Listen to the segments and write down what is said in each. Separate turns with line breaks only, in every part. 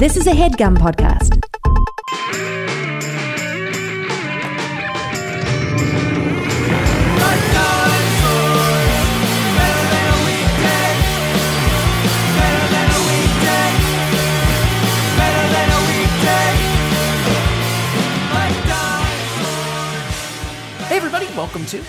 This is a headgum podcast.
Hey, everybody, welcome to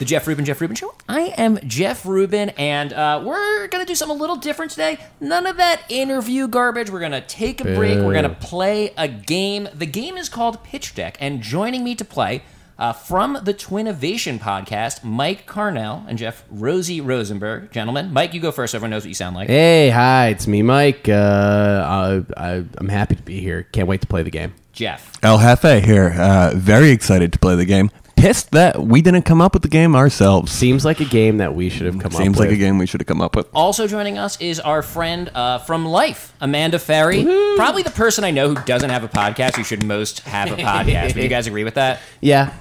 the Jeff Rubin, Jeff Rubin Show. I am Jeff Rubin, and uh, we're going to do something a little different today. None of that interview garbage. We're going to take a break. We're going to play a game. The game is called Pitch Deck, and joining me to play uh, from the Twinnovation podcast, Mike Carnell and Jeff Rosie Rosenberg. Gentlemen, Mike, you go first. Everyone knows what you sound like.
Hey, hi, it's me, Mike. Uh, I, I, I'm happy to be here. Can't wait to play the game.
Jeff.
El Jefe here. Uh, very excited to play the game. Pissed that we didn't come up with the game ourselves.
Seems like a game that we should have come
Seems
up
like
with.
a game we should have come up with.
Also joining us is our friend uh, from Life, Amanda Ferry. Probably the person I know who doesn't have a podcast who should most have a podcast. Would you guys agree with that?
Yeah,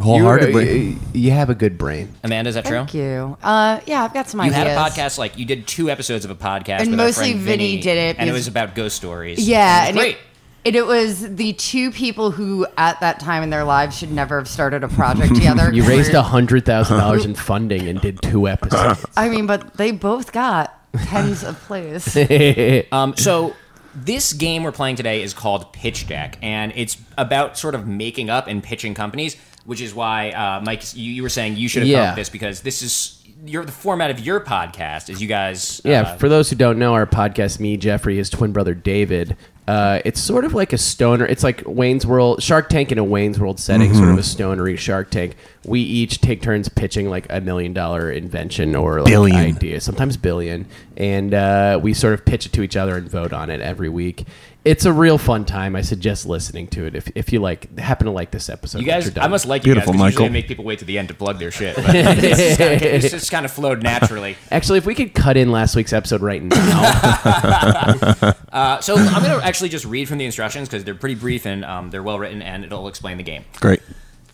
Wholeheartedly.
You, you have a good brain.
Amanda, is that
Thank
true?
you. Uh, yeah, I've got some ideas.
had a podcast, like you did two episodes of a podcast,
And
with our
mostly
friend
Vinny did it
and it
because-
was about ghost stories.
Yeah,
It
and
was
it-
great.
and it was the two people who, at that time in their lives, should never have started a project together.
You
'cause
raised
we're-
hundred thousand dollars in funding and did two episodes.
I mean, but they both got tens of plays.
Um, so this game we're playing today is called Pitch Deck, and it's about sort of making up and pitching companies, which is why uh, Mike, you, you were saying you should have come up
Yeah.
with this because this is your the format of your podcast is you guys.
Yeah,
uh,
for those who don't know, our podcast, me, Jeffrey, his twin brother David. Uh, it's sort of like a stoner. It's like Wayne's World, Shark Tank in a Wayne's World setting, sort
Mm-hmm.
of a stonery Shark Tank. We each take turns pitching like a million dollar invention or like
Billion.
idea, sometimes billion, and uh, we sort of pitch it to each other and vote on it every week. It's a real fun time. I suggest listening to it if, if you like happen to like this episode.
You
once
guys,
you're done.
I must like
Beautiful,
you guys. 'cause Usually I
Michael.
make people wait to the end to plug their shit. But this, is kinda, this just kind of flowed naturally.
actually, if we could cut in last week's episode right now,
Uh, so I'm going to actually just read from the instructions because they're pretty brief and um, they're well written, and it'll explain the game.
Great.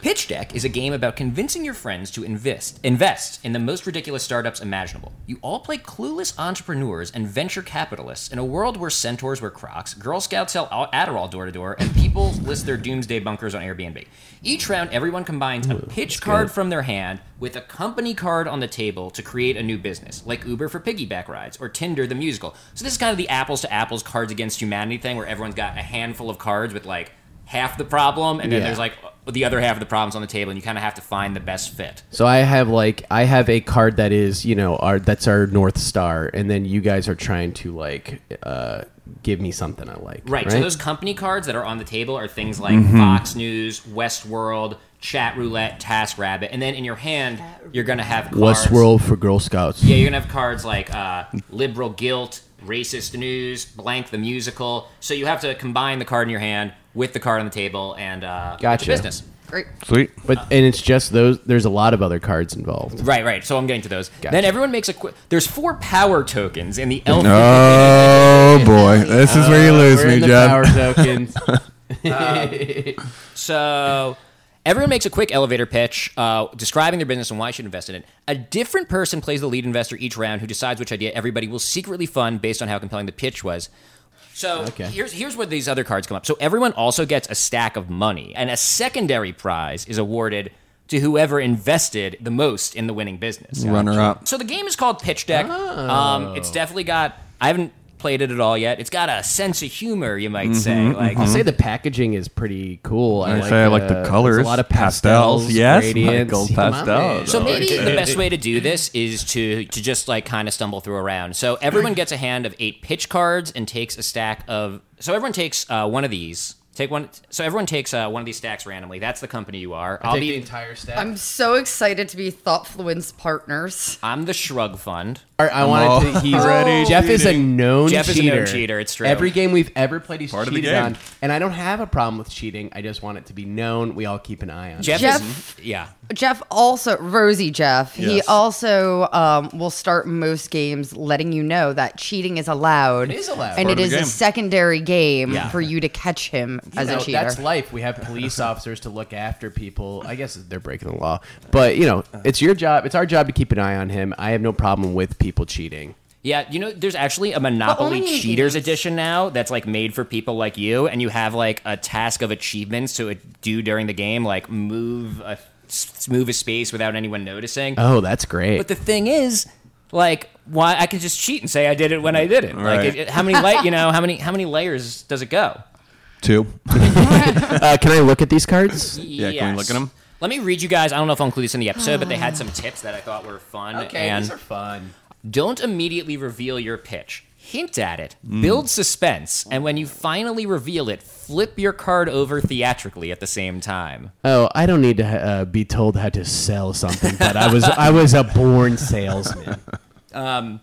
Pitch Deck is a game about convincing your friends to invest invest in the most ridiculous startups imaginable. You all play clueless entrepreneurs and venture capitalists in a world where centaurs wear crocs, Girl Scouts sell Ad- Adderall door to door, and people list their doomsday bunkers on Airbnb. Each round, everyone combines a pitch card from their hand with a company card on the table to create a new business, like Uber for piggyback rides or Tinder the musical. So this is kind of the apples to apples Cards Against Humanity thing, where everyone's got a handful of cards with like half the problem, and then
Yeah.
there's like the other half of the problems on the table, and you kind of have to find the best fit.
So I have like I have a card that is you know our that's our north star, and then you guys are trying to like uh, give me something I like.
Right. So those company cards that are on the table are things like
Mm-hmm.
Fox News, Westworld, Chat Roulette, Task Rabbit, and then in your hand you're gonna have cards.
Westworld for Girl Scouts.
Yeah, you're gonna have cards like uh, liberal guilt, racist news, blank the musical. So you have to combine the card in your hand with the card on the table and uh, with the
Gotcha.
business.
Great.
Sweet.
But
Uh.
and it's just those. There's a lot of other cards involved.
Right, right. So I'm getting to those.
Gotcha.
Then everyone makes a quick. There's four power tokens in the elf.
Oh, boy. This is where you lose
Uh, We're in
me,
the power
Jeff.
tokens.
Um, So everyone makes a quick elevator pitch uh, describing their business and why you should invest in it. A different person plays the lead investor each round who decides which idea everybody will secretly fund based on how compelling the pitch was. So here's here's where these other cards come up. So everyone also gets a stack of money, and a secondary prize is awarded to whoever invested the most in the winning business.
Runner up.
So the game is called Pitch Deck. Um, it's definitely got. I haven't played it at all yet. It's got a sense of humor, you might say. Like
I'll say the packaging is pretty cool. I, uh,
I say I like the
there's
colors,
A lot of
pastels,
pastels.
yes,
gradients.
Michael,
Come on,
pastels.
man.
So
Oh,
maybe
okay.
the best way to do this is to to just like kind of stumble through a round. So everyone gets a hand of eight pitch cards and takes a stack of. So everyone takes uh, one of these. Take one. So everyone takes uh, one of these stacks randomly. That's the company you are. I'll
Take
be.
the entire stack.
I'm so excited to be Thoughtfluence partners.
I'm the Shrug Fund.
All right, I wanted to. He's
Already
Jeff is a
cheating.
known
Jeff is a
cheater.
known cheater, it's true.
Every game we've ever played, he's
Part of the
cheated
game.
on, and I don't have a problem with cheating. I just want it to be known. We all keep an eye on. it.
Jeff,
Jeff-
is. Yeah.
Jeff also, Rosie Jeff, he
Yes.
also um, will start most games letting you know that cheating is allowed.
It is allowed.
And
Part
it
of
is
the
a
game.
secondary game
Yeah.
for you to catch him as
You
a
know,
cheater.
that's life. We have police officers to look after people. I guess they're breaking the law, but you know, it's your job. It's our job to keep an eye on him. I have no problem with people cheating.
Yeah, you know, there's actually a Monopoly
only in
Cheaters
games.
edition now that's like made for people like you, and you have like a task of achievements to uh, do during the game, like move a s- move a space without anyone noticing.
Oh, that's great.
But the thing is, like, why I could just cheat and say I did it when I did it. Like,
Right.
it, it- how many la- you know how many how many layers does it go?
Two.
uh, can I look at these cards?
Yeah, can we look at 'em?
Let me read you guys. I don't know if I'll include this in the episode, but they had some tips that I thought were fun. and
fun.
don't immediately reveal your pitch. Hint at it,
Mm.
build suspense, and when you finally reveal it, flip your card over theatrically at the same time.
Oh, I don't need to uh, be told how to sell something, but I was I was a born salesman. Um,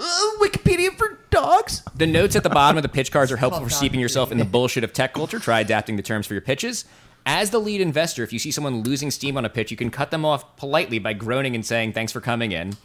uh,
Wikipedia for dogs. The notes at the bottom of the pitch cards are helpful for steeping yourself in the bullshit of tech culture. Try adapting the terms for your pitches. As the lead investor, if you see someone losing steam on a pitch, you can cut them off politely by groaning and saying, Thanks for coming in.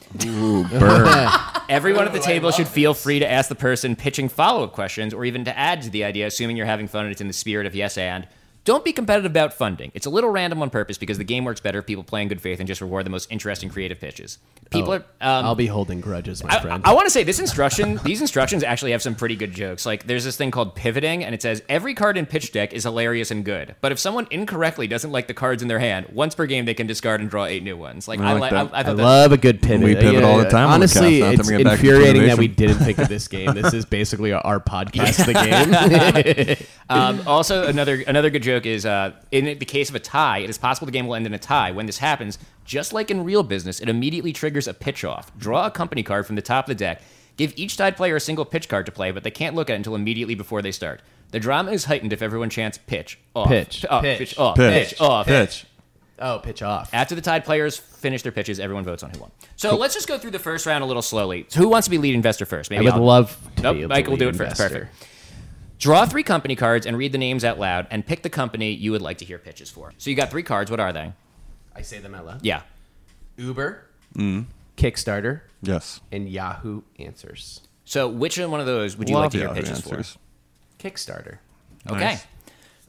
Everyone at the table should feel free to ask the person pitching follow up questions or even to add to the idea, assuming you're having fun and it's in the spirit of yes and. Don't be competitive about funding. It's a little random on purpose because the game works better if people play in good faith and just reward the most interesting creative pitches. People are. Um,
I'll be holding grudges, my
I,
friend.
want to say this instruction. these instructions actually have some pretty good jokes. Like there's this thing called pivoting, and it says every card in pitch deck is hilarious and good. But if someone incorrectly doesn't like the cards in their hand, once per game they can discard and draw eight new ones. Like I, like
like that.
I, I
I
thought that-
love a good pivot.
We pivot all the time on the
Honestly,
cast, not to
it's
bring it back to
infuriating that
innovation.
we didn't think of this game. This is basically our podcast, the game.
Um, also, another another good joke is uh, in the case of a tie, it is possible the game will end in a tie. When this happens, just like in real business, it immediately triggers a pitch off. Draw a company card from the top of the deck. Give each tied player a single pitch card to play, but they can't look at it until immediately before they start. The drama is heightened if everyone chants pitch off,
Pitch.
off,
Pitch.
pitch, off, pitch,
Pitch.
off.
Pitch.
oh, pitch off.
After the tied players finish their pitches, everyone votes on who won. So let's just go through the first round a little slowly. So who wants to be lead investor first?
I
Maybe
would
I'll-
love to
Nope,
be able
Mike
to
will
be
do it first.
investor.
Perfect. Draw three company cards and read the names out loud, and pick the company you would like to hear pitches for. So you got three cards. What are they?
I say them out loud.
Yeah.
Uber,
Mm.
Kickstarter,
Yes.
and Yahoo Answers.
So which one of those would you like to hear pitches
Kickstarter.
for? Okay.
Nice.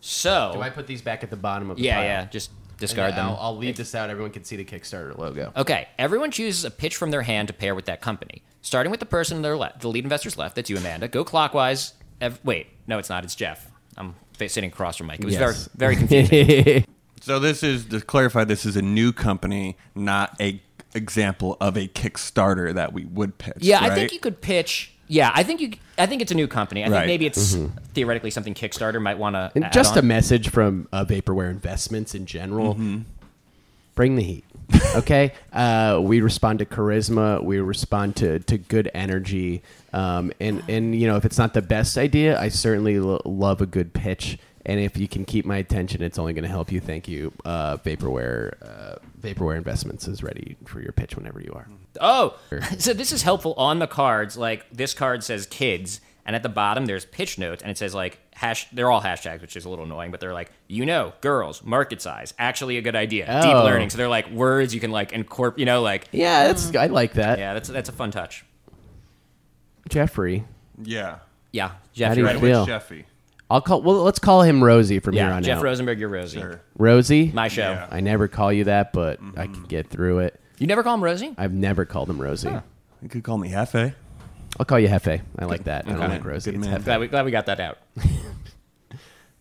So
Do I put these back at the bottom of the
yeah,
pile?
yeah. Just discard
And
them.
I'll, I'll leave this out. Everyone can see the Kickstarter logo.
Okay, everyone chooses a pitch from their hand to pair with that company. Starting with the person on their left, the lead investor's left. That's you, Amanda. Go clockwise. Ev- wait, no, it's not. It's Jeff. I'm fa- sitting across from Mike. It was
Yes.
very, very confusing.
So this is to clarify. This is a new company, not a example of a Kickstarter that we would pitch.
yeah, I
right?
think you could pitch. Yeah, I think you. I think it's a new company. I think
Right.
maybe it's theoretically something Kickstarter might want to.
Mm-hmm. And just a message from uh, Vaporware Investments in general. Bring the heat. Okay. uh, we respond to charisma. We respond to, to good energy. Um, and, and, you know, if it's not the best idea, I certainly lo- love a good pitch. And if you can keep my attention, it's only going to help you. Thank you. Uh, Vaporware, uh, Vaporware Investments is ready for your pitch whenever you are.
Oh, so this is helpful on the cards. Like this card says kids, and at the bottom there's pitch notes, and it says like hash. They're all hashtags, which is a little annoying, but they're like you know, girls, market size, actually a good idea, deep
Oh.
learning. So they're like words you can like incorporate. You know, like
Yeah, that's, I like that.
yeah, that's that's a fun touch.
Jeffrey.
Yeah.
Yeah, Jeff,
do
you're
you
right.
feel- Deal.
Jeffy.
I'll call. Well, let's call him Rosie from here
Yeah,
on
Jeff
out.
Rosenberg, you're Rosie.
Rosie.
My show.
Yeah.
I never call you that, but I can get through it.
You never call him Rosie?
I've never called him Rosie.
You could call me Hefe.
I'll call you Hefe. I like that. I don't
Okay.
like Rosie.
Good
It's
man.
Hefe.
Glad we glad we got that out.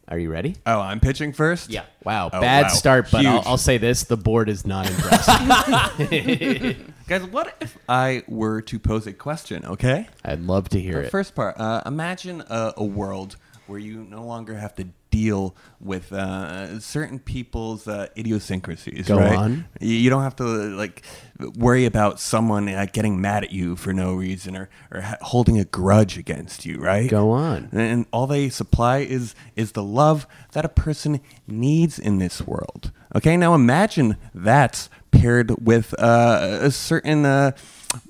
Are you ready?
Oh, I'm pitching first.
Yeah.
Wow,
Oh,
bad
wow.
start, but I'll,
Huge.
I'll say this: the board is not impressed.
Guys, what if I were to pose a question? Okay.
I'd love to hear
The
it.
first part. Uh, imagine a, a world where you no longer have to deal with uh, certain people's uh, idiosyncrasies.
Go
right?
on.
You, you don't have to like worry about someone uh, getting mad at you for no reason or or ha- holding a grudge against you. Right.
Go on.
And all they supply is is the love that a person needs in this world. Okay. Now imagine that's paired with uh, a certain. Uh,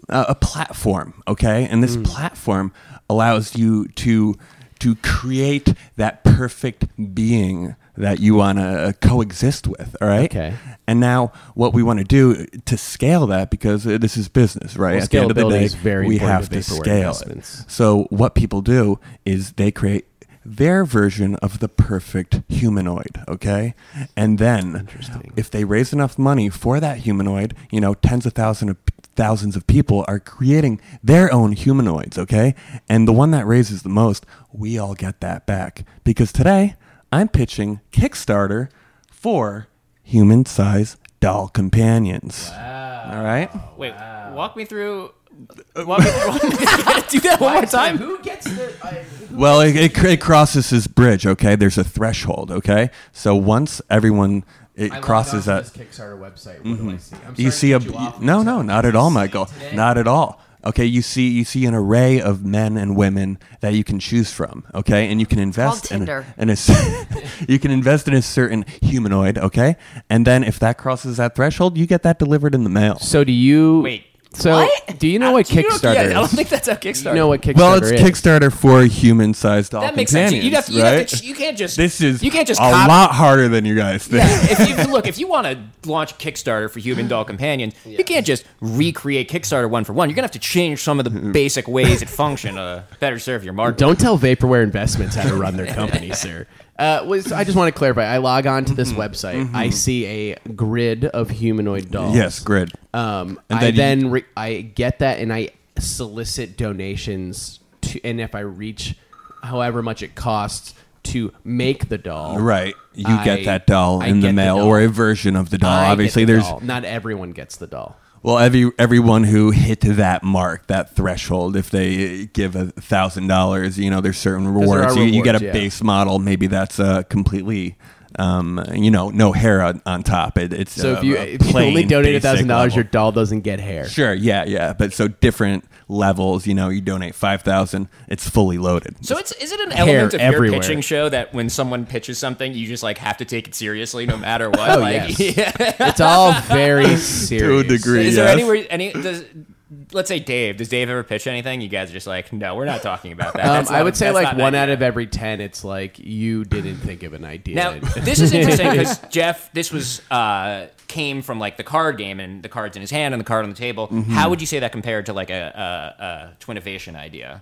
uh, a platform, okay? And this platform allows you to to create that perfect being that you want to coexist with, all right?
Okay.
And now what we want to do to scale that because uh, this is business, right?
Well,
At the end of the
scalability
day,
is very
we
important
have
to
to
vaporware
scale it.
investments.
So what people do is they create their version of the perfect humanoid, okay? And then
Interesting.
if they raise enough money for that humanoid, you know, tens of thousands of thousands of people are creating their own humanoids, okay? And the one that raises the most, we all get that back. Because today, I'm pitching Kickstarter for human size doll companions. All right?
Wait, walk me through.
Uh,
Walk me, walk me- do that one more time.
Who gets the? I,
Well, it, it, cr- it crosses this bridge, okay? There's a threshold, okay? So once everyone. It crosses that.
Kickstarter website. What do I see? I'm
you see a no no not at all michael not at all okay you see you see an array of men and women that you can choose from okay and you can invest in, a,
Tinder.
in a cer- you can invest in a certain humanoid okay and then if that crosses that threshold you get that delivered in the mail
So do you
Wait. Uh,
So
What?
do you know what
Do you know-
Kickstarter
yeah, I
is?
don't think that's how Kickstarter.
Do you know what Kickstarter
well it's
is?
kickstarter for human-sized doll
that makes sense.
companions
You, you have, you,
right?
have to, you can't just.
this is
You can't just
a
copy-
lot harder than you guys think
Yeah, if you look, if you want to launch Kickstarter for human doll companions, you can't just recreate Kickstarter one for one. You're gonna have to change some of the
Hmm.
basic ways it function to better serve your market.
Don't tell Vaporware Investments how to run their company, sir. Uh, was, I just want to clarify. I log on to
Mm-hmm.
this website. I see a grid of humanoid dolls.
yes grid
Um,
And
I
then you-
then re- I get that and I solicit donations to, and if I reach however much it costs to make the doll,
Right, you
I-
get that doll
I
in
get
the
the
mail
doll.
or a version of the doll.
I get
Obviously,
the
there's
doll. not everyone gets the doll.
Well, every everyone who hit that mark, that threshold, if they uh, give a thousand dollars, you know, there's certain
there
rewards.
are
You, you get a
rewards, yeah.
base model. Maybe that's uh, completely, um, you know, no hair on, on top. It, it's
So
uh,
if you
a
if you only
plain,
donate a
basic
thousand dollars,
level.
your doll doesn't get hair.
sure, yeah, yeah. But so different levels. You know, you donate five thousand, it's fully loaded.
So it's is it an element of
everywhere.
your pitching show that when someone pitches something, you just like have to take it seriously no matter what? like,
Oh, yes.
yeah.
It's all very serious.
degree.
Is there
Yes.
anywhere any does let's say Dave, does Dave ever pitch anything? You guys are just like, no, we're not talking about that.
Um,
That's
I
not-
would say
that's
like
not an
one
idea.
out of every ten. It's like you didn't think of an idea.
Now this is interesting because Jeff, this was uh, came from like the card game and the cards in his hand and the card on the table.
Mm-hmm.
How would you say that compared to like a, a, a Twinnovation idea?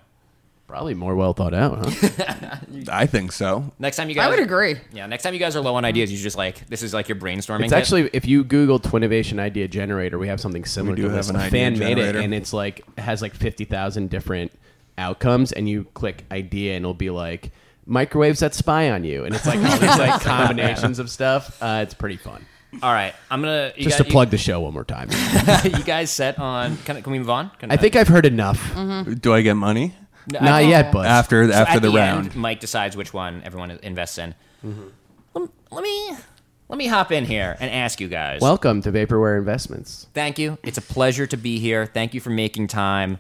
probably more well thought out. Huh?
I think so.
Next time you guys,
I would agree. Mm-hmm.
Yeah, next time you guys are low on ideas, you just like this is like your brainstorming.
It's
kit.
actually if you Google Twinnovation idea generator, we have something similar
We do
to this.
have an
a
idea
fan made
generator.
it, and it's like it has like fifty thousand different outcomes, and you click idea, and it'll be like microwaves that spy on you, and it's like all these like combinations of stuff. Uh, it's pretty fun.
all right. I'm gonna you
Just
guys,
to plug the show one more time.
You, you guys set on? Can, I- can we move on? Can
I think I've heard enough.
Do I get
No,
money
Mm-hmm. I
Not
think-
yet, but
after
So
after
at
the, round?
end, Mike decides which one everyone invests in. Lem- Let, me let me hop in here and ask you guys.
welcome to Vaporware Investments.
Thank you. It's a pleasure to be here. Thank you for making time.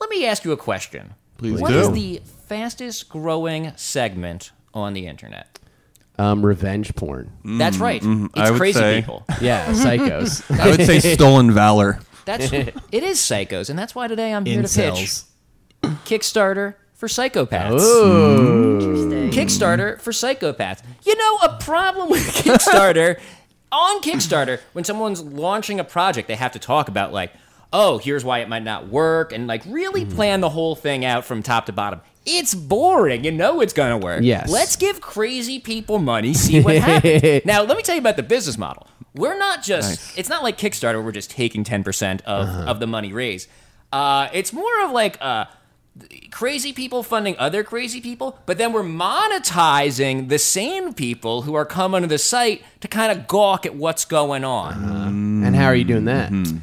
Let me ask you a question. Please What
do.
is the fastest growing segment on the internet?
Um, revenge porn.
That's right.
Mm, I
It's
would
crazy
say-
people.
Yeah, psychos.
I would say stolen valor.
That's it is psychos, and that's why today I'm here
Incels.
to pitch Kickstarter for psychopaths. Kickstarter for psychopaths. You know, a problem with Kickstarter, on Kickstarter, when someone's launching a project, they have to talk about, like, oh, here's why it might not work, and like really plan the whole thing out from top to bottom. It's boring. You know it's going to work.
Yes.
Let's give crazy people money, see what happens. now, let me tell you about the business model. We're not just, it's not like Kickstarter, we're just taking 10% of, of the money raised. Uh, it's more of like, uh, crazy people funding other crazy people, but then we're monetizing the same people who are coming to the site to kind of gawk at what's going
Uh-huh.
on.
And how are you doing that?
Mm-hmm.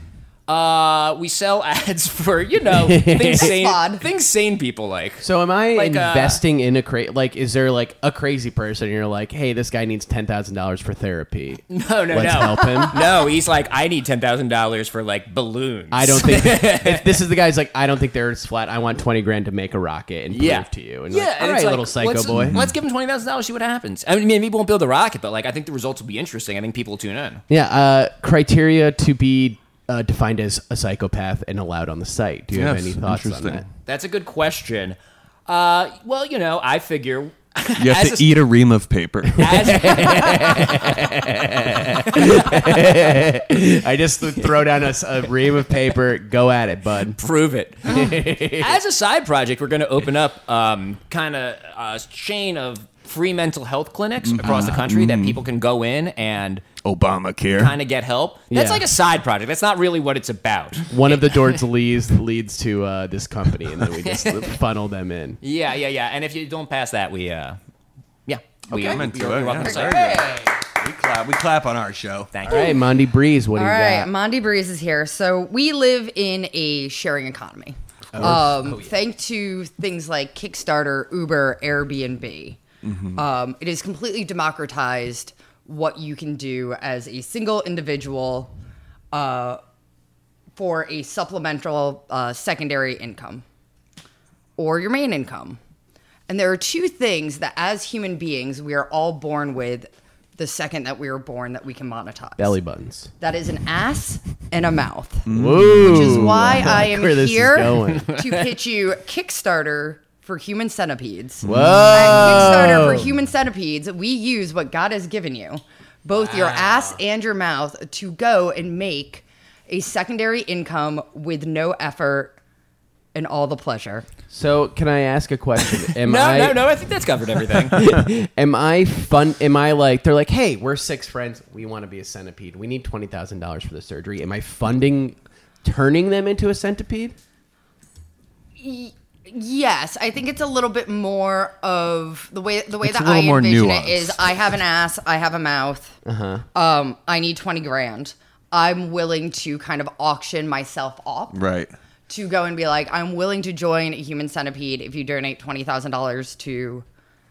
Uh, we sell ads for you know things sane,
odd.
things sane people like.
So am I
Like, uh,
investing in a cra Like, is there like a crazy person? And you're like, hey, this guy needs ten thousand dollars for therapy.
No, no,
Let's
no.
help him.
No, he's like, I need ten thousand dollars for like balloons.
I don't think if this is the guy's like, I don't think the Earth's flat. I want twenty grand to make a rocket and
yeah.
prove to you. And
yeah,
you're like,
and
all
it's
right,
like,
little psycho
let's,
boy.
Let's give him twenty thousand dollars. See what happens. I mean, maybe we won't build a rocket, but like, I think the results will be interesting. I think people will tune in.
Yeah. Uh, criteria to be uh, defined as a psychopath and allowed on the site. Do you have
Yes,
any thoughts on
interesting.
that?
That's a good question. Uh, well, you know, I figure.
You have
As
to
a-
eat a ream of paper.
As,
I just throw down a, s- a ream of paper. Go at it, bud.
prove it. As a side project, we're going to open up um, kind of a chain of free mental health clinics across the country that people can go in and
Obamacare.
kind of get help. That's
Yeah.
like a side project. That's not really what it's about.
One of the doors leads leads to uh, this company, and then we just funnel them in.
Yeah, yeah, yeah. And if you don't pass that, we, uh, yeah, we, uh,
I'm
we-
into
you're,
it,
you're welcome
yeah.
to sign.
we clap. We clap on our show.
Thank
All
you.
right, Mondi Breeze, what do
All
you
right,
got?
Mondi Breeze is here. So we live in a sharing economy.
Oh,
Um, Thanks to things like Kickstarter, Uber, Airbnb,
Mm-hmm.
um, it has completely democratized what you can do as a single individual uh, for a supplemental uh, secondary income or your main income. And there are two things that, as human beings, we are all born with the second that we are born that we can monetize
Belly buttons.
that is an ass and a mouth,
Woo!
which is why I am
where this is
here
going.
to pitch you Kickstarter for human centipedes.
Whoa!
At Kickstarter for human centipedes, we use what God has given you, both your ass and your mouth, to go and make a secondary income with no effort and all the pleasure.
So, can I ask a question? Am
No,
I
no, no. I think that's covered everything.
am I fun? Am I like they're like, hey, we're six friends. We want to be a centipede. We need twenty thousand dollars for the surgery. Am I funding turning them into a centipede?
Yes, I think it's a little bit more of the way the way
It's
that
a little
I
more
envision
nuanced. Uh-huh.
it is I have an ass, I have a mouth. Um, I need 20 grand. I'm willing to kind of auction myself off
Right.
to go and be like, I'm willing to join a human centipede if you donate $20,000 to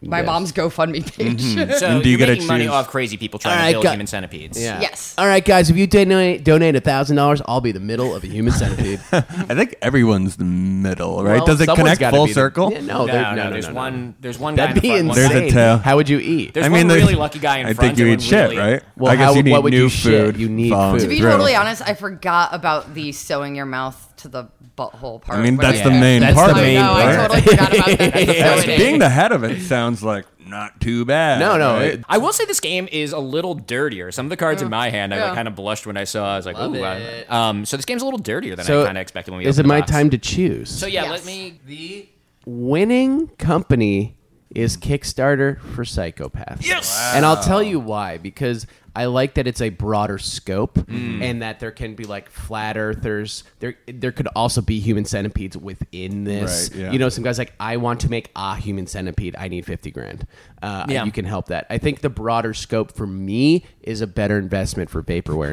my
Yes.
mom's GoFundMe page.
So
do
you
you
are
gotta
making money
choose-
off crazy people trying
All
to
right,
build
got-
human centipedes.
Yes.
All right, guys. If you donate donate thousand dollars, I'll be the middle of a human centipede. right?
I think everyone's the middle, right? Does it connect full circle?
no,
No,
there-
no, there's
no.
one. There's one guy.
That'd be
in the front, one
There's
guy-
a
insane.
tail.
How would you eat?
There's
I mean,
one
there's-
really lucky guy in
I
front.
think you
and
eat
one
shit,
really-
right?
Well,
I guess
how-
you need
what would
new
you shit?
food.
You need
following
food.
To be
through.
totally honest, I forgot about the sewing your mouth to the butthole part.
I mean,
when
that's
you
the
guys-
main
That's
part.
the
No,
main
no, Oh, I
part.
totally forgot about that.
Yes,
So it
being
is.
the head of it sounds like not too bad.
No, no,
right?
it-
I will say this game is a little dirtier. Some of the cards in my hand, I
Yeah.
kind of blushed when I saw. I was like,
Love
"Ooh." I-
it.
Um, so this game's a little dirtier than I kind of expected when we.
is it
opened the
my
box.
time to choose?
So yeah,
Yes.
let me the
winning company is Kickstarter for Psychopaths. Yes. And I'll tell you why because I like that it's a broader scope
Mm.
and that there can be like flat earthers. There there could also be human centipedes within this.
Right, yeah.
You know, some guys like I want to make a human centipede. I need 50 grand. Uh,
Yeah.
you can help that. I think the broader scope for me is a better investment for vaporware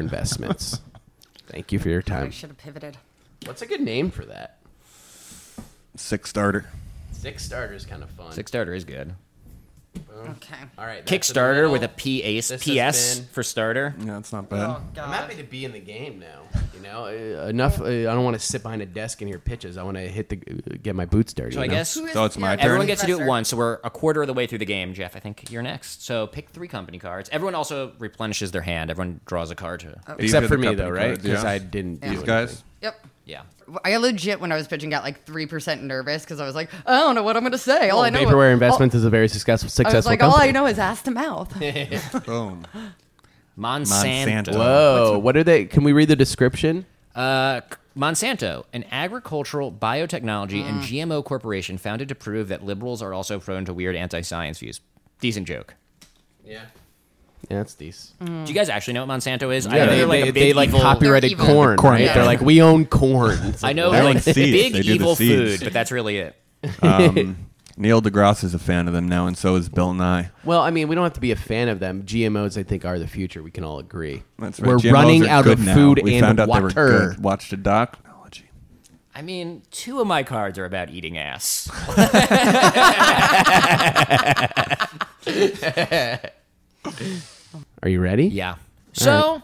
investments. Thank you for your
I
time.
should have pivoted.
What's a good name for that?
six starter.
Six starters kind of fun.
Kickstarter is good.
Okay.
All right. that's the
Kickstarter
middle.
with a PS
This has
PS
been-
for starter.
Yeah, that's not bad.
I'm happy to be in the game now. You know, Uh, enough. Uh, I don't want to sit behind a desk and hear pitches. I want to hit the uh, get my boots dirty.
So I
you know?
guess
So it's my
Everyone
turn?
gets to do it once, so we're a quarter of the way through the game. Jeff, I think you're next. So pick three company cards. Everyone also replenishes their hand. Everyone draws a card. To,
except
These
for
are the
me though,
company
right?
cards,
Because
yeah.
I didn't. Do
These
anything.
Guys,
Yep.
Yeah.
I legit, when I was pitching, got like 3% nervous because I was like, I don't know what I'm going to say. All I know
Vaporware
all-
Investments is a very successful
I
successful
was like, all
company.
I know is ass to mouth.
boom.
Monsanto.
Monsanto.
Whoa! Oh, What are they? Can we read the description?
Uh, c- Monsanto, an agricultural, biotechnology, and GMO corporation founded to prove that liberals are also prone to weird anti-science views. Decent joke.
Yeah. Yeah, that's these.
Do you guys actually know what Monsanto is? I
Yeah,
know
they,
they're like
they-
a big
they, like
evil-
copyrighted
They're evil.
corn,
Corn,
right?
yeah.
They're like, we own corn. It's
I
like,
know
They own
like
seeds.
big
They do the
evil
seeds.
food, but that's really it.
Neil deGrasse is a fan of them now, and so is Bill Nye.
Well, I mean, we don't have to be a fan of them. GMOs, I think, are the future. We can all agree.
That's right.
We're
GMOs
running
are
out
good
of
now.
food
we
and
found out
water.
They were good. Watched a doc.
I mean, two of my cards are about eating ass.
Are you ready?
Yeah. So,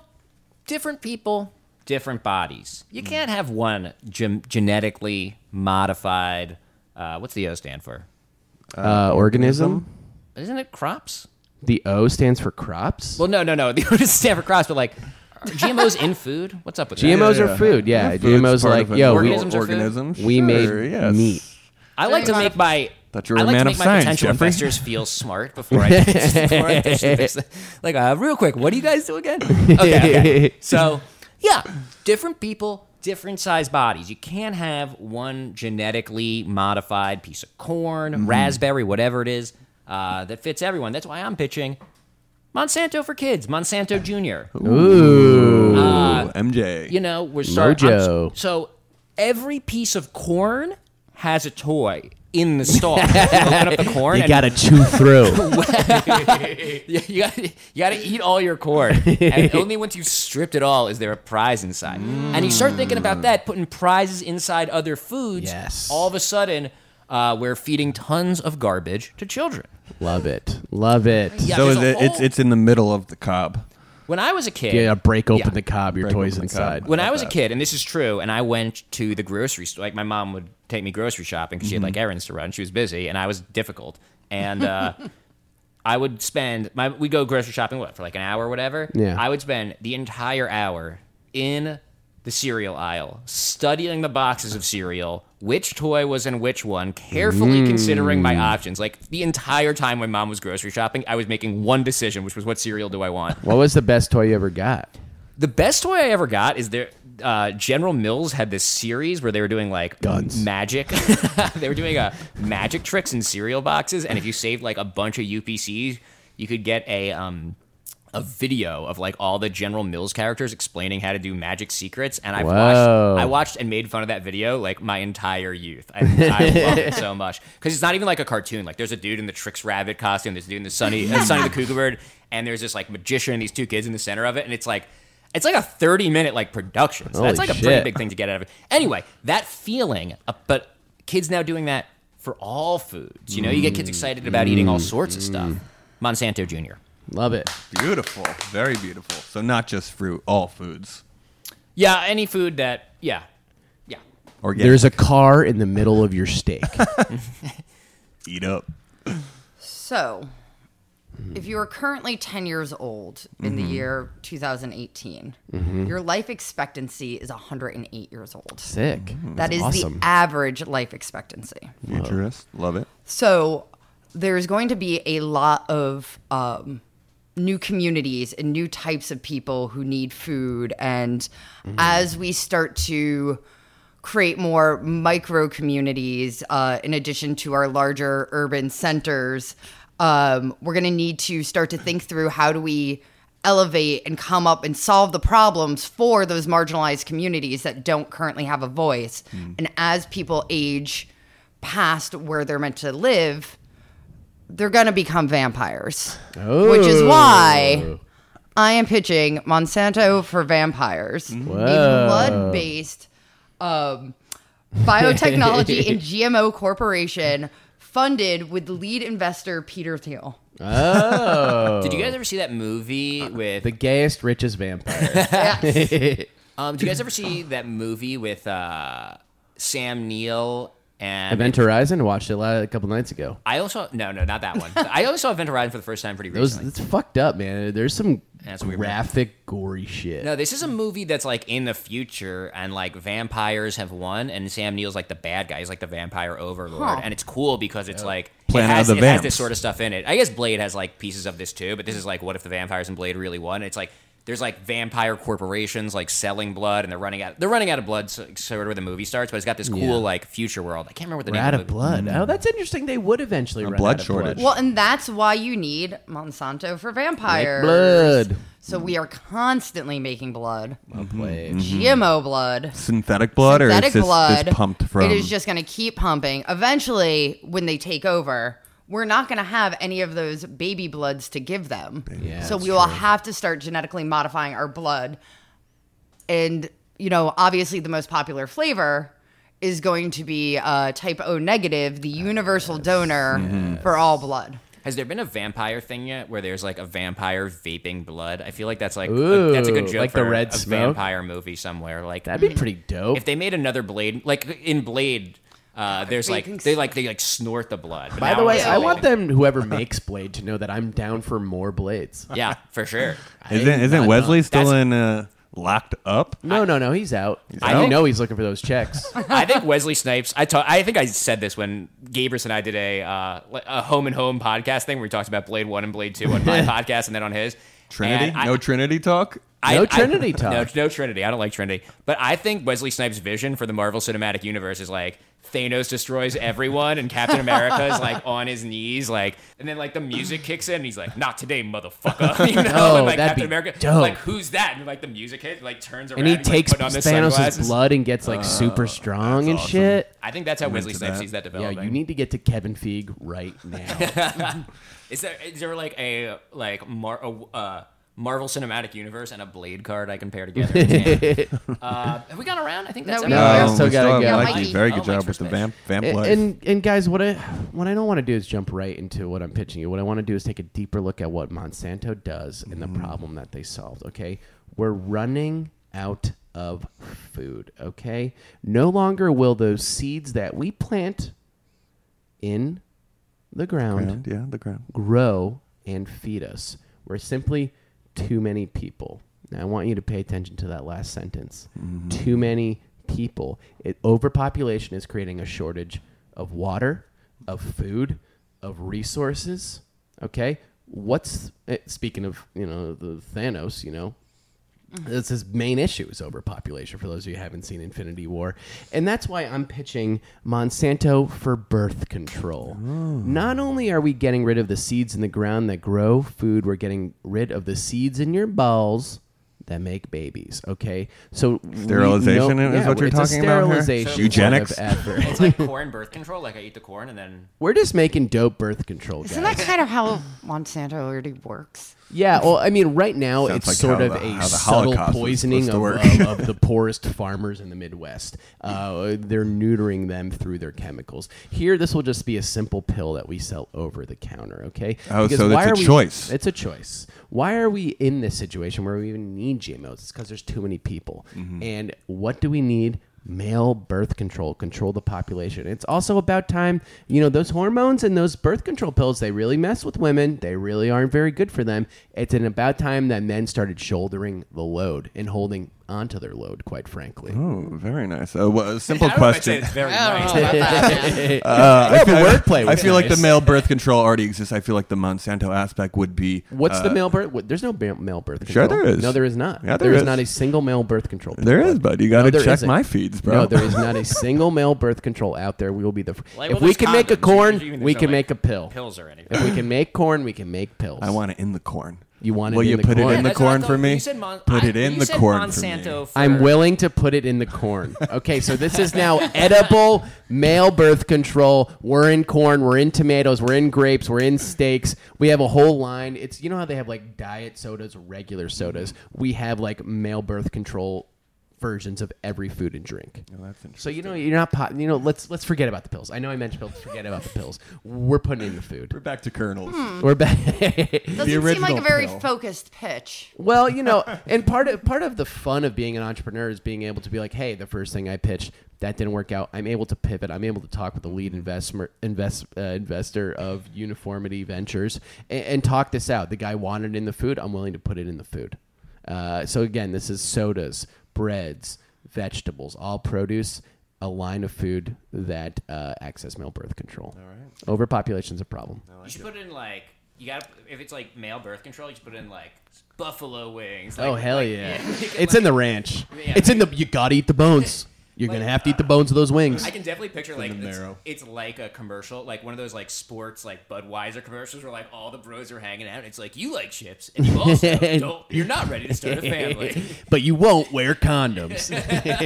different people, different bodies. You can't have one gen- genetically modified. Uh, what's the O stand for?
Uh, organism.
Isn't it crops?
The O stands for crops.
Well, no, no, no. The O doesn't stand for crops, but like are GMOs in food. What's up with that?
GMOs are food. Yeah,
Food's
GMOs
part
like
of it.
yo, we,
Organisms are food?
organisms.
we made
Sure, yes.
meat.
I like to make my.
Thought you were
I
a
like
man
to make
of
my
science,
potential
Jeffrey.
investors feel smart before I, before I pitch them this. like uh, real quick. What do you guys do again? Okay, okay. So yeah, different people, different size bodies. You can't Mm-hmm. have one genetically modified piece of corn, raspberry, whatever it is. uh, that fits everyone. That's why I'm pitching Monsanto for kids, Monsanto Junior.
Ooh, MJ.
You know, we're starting. I'm-
Mojo.
So every piece of corn has a toy in the stall. you open up the corn.
You
and
gotta chew through.
you, you gotta, you gotta eat all your corn. and only once you've stripped it all is there a prize inside. And you start thinking about that, putting prizes inside other foods.
Yes.
All of a sudden, uh, we're feeding tons of garbage to children.
Love it. Love it.
Yeah,
so
there's
is
a
it, it's
whole-
it's in the middle of the cob.
when I was a kid,
Yeah, break open
Yeah.
the cob. Your
Break
toys
open the cob.
inside.
when I was a kid, and this is true, and I went to the grocery store. Like my mom would take me grocery shopping because she had like errands to run. She was busy, and I was difficult. And uh, I would spend my we go grocery shopping what for like an hour or whatever.
Yeah.
I would spend the entire hour in the cereal aisle studying the boxes of cereal, which toy was in which one, carefully considering my options. Like the entire time my mom was grocery shopping, I was making one decision, which was what cereal do I want.
What was the best toy you ever got?
The best toy I ever got is there. Uh, General Mills had this series where they were doing like
Guns.
magic. they were doing uh, magic tricks in cereal boxes, and if you saved like a bunch of UPCs, you could get a um, a video of like all the General Mills characters explaining how to do magic secrets. And I've
Whoa.
watched, I watched and made fun of that video like my entire youth. I, I love it so much because it's not even like a cartoon. Like there's a dude in the Tricks Rabbit costume. There's a dude in the Sunny, uh, Sunny the Cougar Bird, and there's this like magician and these two kids in the center of it. And it's like. It's like a 30 minute like production. So that's like
Holy
a pretty
shit.
big thing to get out of it. Anyway, that feeling, uh, but kids now doing that for all foods. You know, you get kids excited about eating
Mm-hmm.
all sorts of stuff. Monsanto Jr.
Love it.
Beautiful, very beautiful. So not just fruit, all foods.
Yeah, any food that, yeah, yeah.
Organic.
There's a car in the middle of your steak.
eat up.
So, if you are currently 10 years old in the year 2018, your life expectancy is 108 years old.
Sick.
That is
awesome.
the average life expectancy.
Futurist, love it.
So there's going to be a lot of um, new communities and new types of people who need food. And as we start to create more micro communities, uh, in addition to our larger urban centers, um, we're going to need to start to think through how do we elevate and come up and solve the problems for those marginalized communities that don't currently have a voice. And as people age, past where they're meant to live, they're going to become vampires. Which is why I am pitching Monsanto for vampires, a blood based um, biotechnology and GMO corporation funded with lead investor Peter Thiel.
Did you guys ever see that movie with?
Oh, Uh. The gayest, richest vampire.
um, did you guys ever see that movie with uh, Sam Neill and?
Event Horizon. Watched it la- a couple nights ago.
I also no no not that one. I also saw Event Horizon for the first time pretty
It was,
recently.
it's fucked up, man. There's some
That's weird, man.
graphic, gory shit.
No, this is a movie that's like in the future, and like vampires have won, and Sam Neill's like the bad guy. He's like the vampire overlord,
Huh.
and it's cool because it's like
Planet
it, has,
of the
it has
Vamps.
this sort of stuff in it. I guess Blade has like pieces of this too, but this is like what if the vampires in Blade really won? It's like there's like vampire corporations like selling blood, and they're running out. They're running out of blood, so, sort of where the movie starts. But it's got this cool like future world. I can't remember what the
We're
name
out
of
of
the movie.
blood. Oh, that's interesting. They would eventually run
blood
out of
shortage.
blood.
Well, and that's why you need Monsanto for vampires.
blood. Mm-hmm.
So we are constantly making blood,
Mm-hmm.
Wait.
GMO blood.
Synthetic blood, or
synthetic
is this,
blood
this pumped from?
it is just going to keep pumping eventually when they take over we're not going to have any of those baby bloods to give them
Yeah,
so
that's
we will have to start genetically modifying our blood and you know obviously the most popular flavor is going to be uh, type o negative the universal donor for all blood
Has there been a vampire thing yet where there's like a vampire vaping blood? I feel like that's like
Ooh,
that's a good joke
like the
for
red
a
smoke?
vampire movie somewhere. Like
That'd be pretty dope.
if they made another blade like in blade uh, there's
Where
like
you can
they like they like snort the blood. But
By
now
the way,
it's
I
like-
want them, whoever makes Blade, to know that I'm down for more Blades.
Yeah, for sure.
isn't isn't Wesley still
That's-
in uh, locked up?
No, no, no, he's out. I
out?
know he's looking for those checks.
I think Wesley Snipes. I ta- I think I said this when Gabrus and I did a uh, li- a home and home podcast thing where we talked about Blade One and Blade Two on my podcast and then on his.
Trinity,
And I-
no Trinity talk.
I,
No
I-
Trinity talk.
No, no Trinity. I don't like Trinity. But I think Wesley Snipes' vision for the Marvel Cinematic Universe is like Thanos destroys everyone, and Captain America is like on his knees, like, and then like the music kicks in, and he's like, "Not today, motherfucker!" You know,
Oh,
and like
that'd
Captain
be
America,
dope.
like, who's that? And like the music hits, like turns around,
and he
he's, like,
takes
putting on his
Thanos'
sunglasses.
blood and gets like super strong and
Ah, awesome.
shit.
I think that's how Wesley
into
Snipes
that.
sees that
Yeah,
developing.
you need to get to Kevin Feige right now.
Is there is there like a like Mar- a, uh, Marvel Cinematic Universe and a Blade card I can pair together? uh, have we gone around? I think that's
No,
it.
we
No, I still
we
gotta
have
go.
Yeah,
Mikey.
Mikey.
Very
Oh,
good
Mike's
job with the
first
vamp, vamp
And-
life.
and and guys, what I what I don't want to do is jump right into what I'm pitching you. What I want to do is take a deeper look at what Monsanto does and
Mm.
the problem that they solved. Okay, we're running out of food. Okay, no longer will those seeds that we plant in the ground,
Ground, yeah, the ground.
grow and feed us. We're simply too many people. Now, I want you to pay attention to that last sentence. Too many people. It, overpopulation is creating a shortage of water, of food, of resources. Okay, what's eh, speaking of you know the Thanos? You know, that's his main issue is overpopulation for those of you who haven't seen infinity war and that's why i'm pitching monsanto for birth
Oh.
control not only are we getting rid of the seeds in the ground that grow food we're getting rid of the seeds in your balls that make babies okay so we
Sterilization
know-
is what you're
it's a
talking about here?
sterilization
So- Eugenics?
sort of effort.
It's like corn birth control. Like I eat the corn and then
we're just making dope birth control guys.
Isn't that kind of how Monsanto already works?
Yeah, well, I mean, right now
Sounds
it's
like
sort
how
of
the-
a
how the
subtle
Holocaust was
poisoning of,
supposed to work.
of- of the poorest farmers in the Midwest. Uh, they're neutering them through their chemicals. Here, this will just be a simple pill that we sell over the counter. Okay.
Oh, so it's a
are we-
choice.
It's a choice. Why are we in this situation where we even need GMOs? It's because there's too many people. And what do we need? Male birth control, control the population. It's also about time, you know, those hormones and those birth control pills, they really mess with women. They really aren't very good for them. It's an about time that men started shouldering the load and holding onto their load, quite frankly.
Oh, very nice. Uh, well, a simple
I don't know if I'd say
question.
It's very
I
nice.
don't know about that.
Uh, I
the
feel-
wordplay
I
was
feel like
nice.
the male birth control already exists. I feel like the Monsanto aspect would be.
What's
uh,
the male birth? What, there's no ba- male birth
Sure
control.
there is.
No, there is not.
Yeah,
there
there
is.
is.
not a single male birth control.
There is,
but
bud. You gotta check my feeds, bro.
No, there is not a single male birth control out there. We will be the. Fr-
Like,
if
well,
we
there's
can make a
condoms.
corn,
Even
we
there's
can
no,
make
like,
a pill.
pills or anything.
If we can make corn, we can make pills.
I want it in the corn.
You want it
Will
in
you
the
put
corn?
it in the
That's what I
corn
thought.
for me?
You said Mon-
put
I-
it in
you
the
said
corn for me.
Monsanto for
I'm willing to put it in the corn. Okay, so this is now edible male birth control. We're in corn, we're in tomatoes, we're in grapes, we're in steaks. We have a whole line. It's you know how they have like diet sodas, regular sodas. We have like male birth control versions of every food and drink. So you know you're not pot, you know let's let's forget about the pills. I know I mentioned pills, forget about the pills. We're putting in the
We're
food.
back to kernels.
Hmm.
We're back.
Doesn't seem like a
original
very
pill.
focused pitch.
Well, you know, and part of part of the fun of being an entrepreneur is being able to be like, hey, the first thing I pitched that didn't work out. I'm able to pivot. I'm able to talk with the lead investment invest uh, investor of Uniformity Ventures and, and talk this out. The guy wanted it in the food. I'm willing to put it in the food. Uh, so again, this is sodas, breads, vegetables, all produce. A line of food that uh, access male birth control. All right. Overpopulation's a problem.
You should put it in like you got to if it's like male birth control, you should put it in like buffalo wings.
Oh
like-
hell
like-
yeah!
you could,
It's
like-
in the ranch.
Yeah.
It's in the you gotta eat the bones. You're gonna have to eat the bones of those wings.
I can definitely picture like
the
it's,
marrow.
it's like a commercial, like one of those like sports like Budweiser commercials where like all the bros are hanging out. And it's like you like chips and you also don't, you're not ready to start a family.
but you won't wear condoms.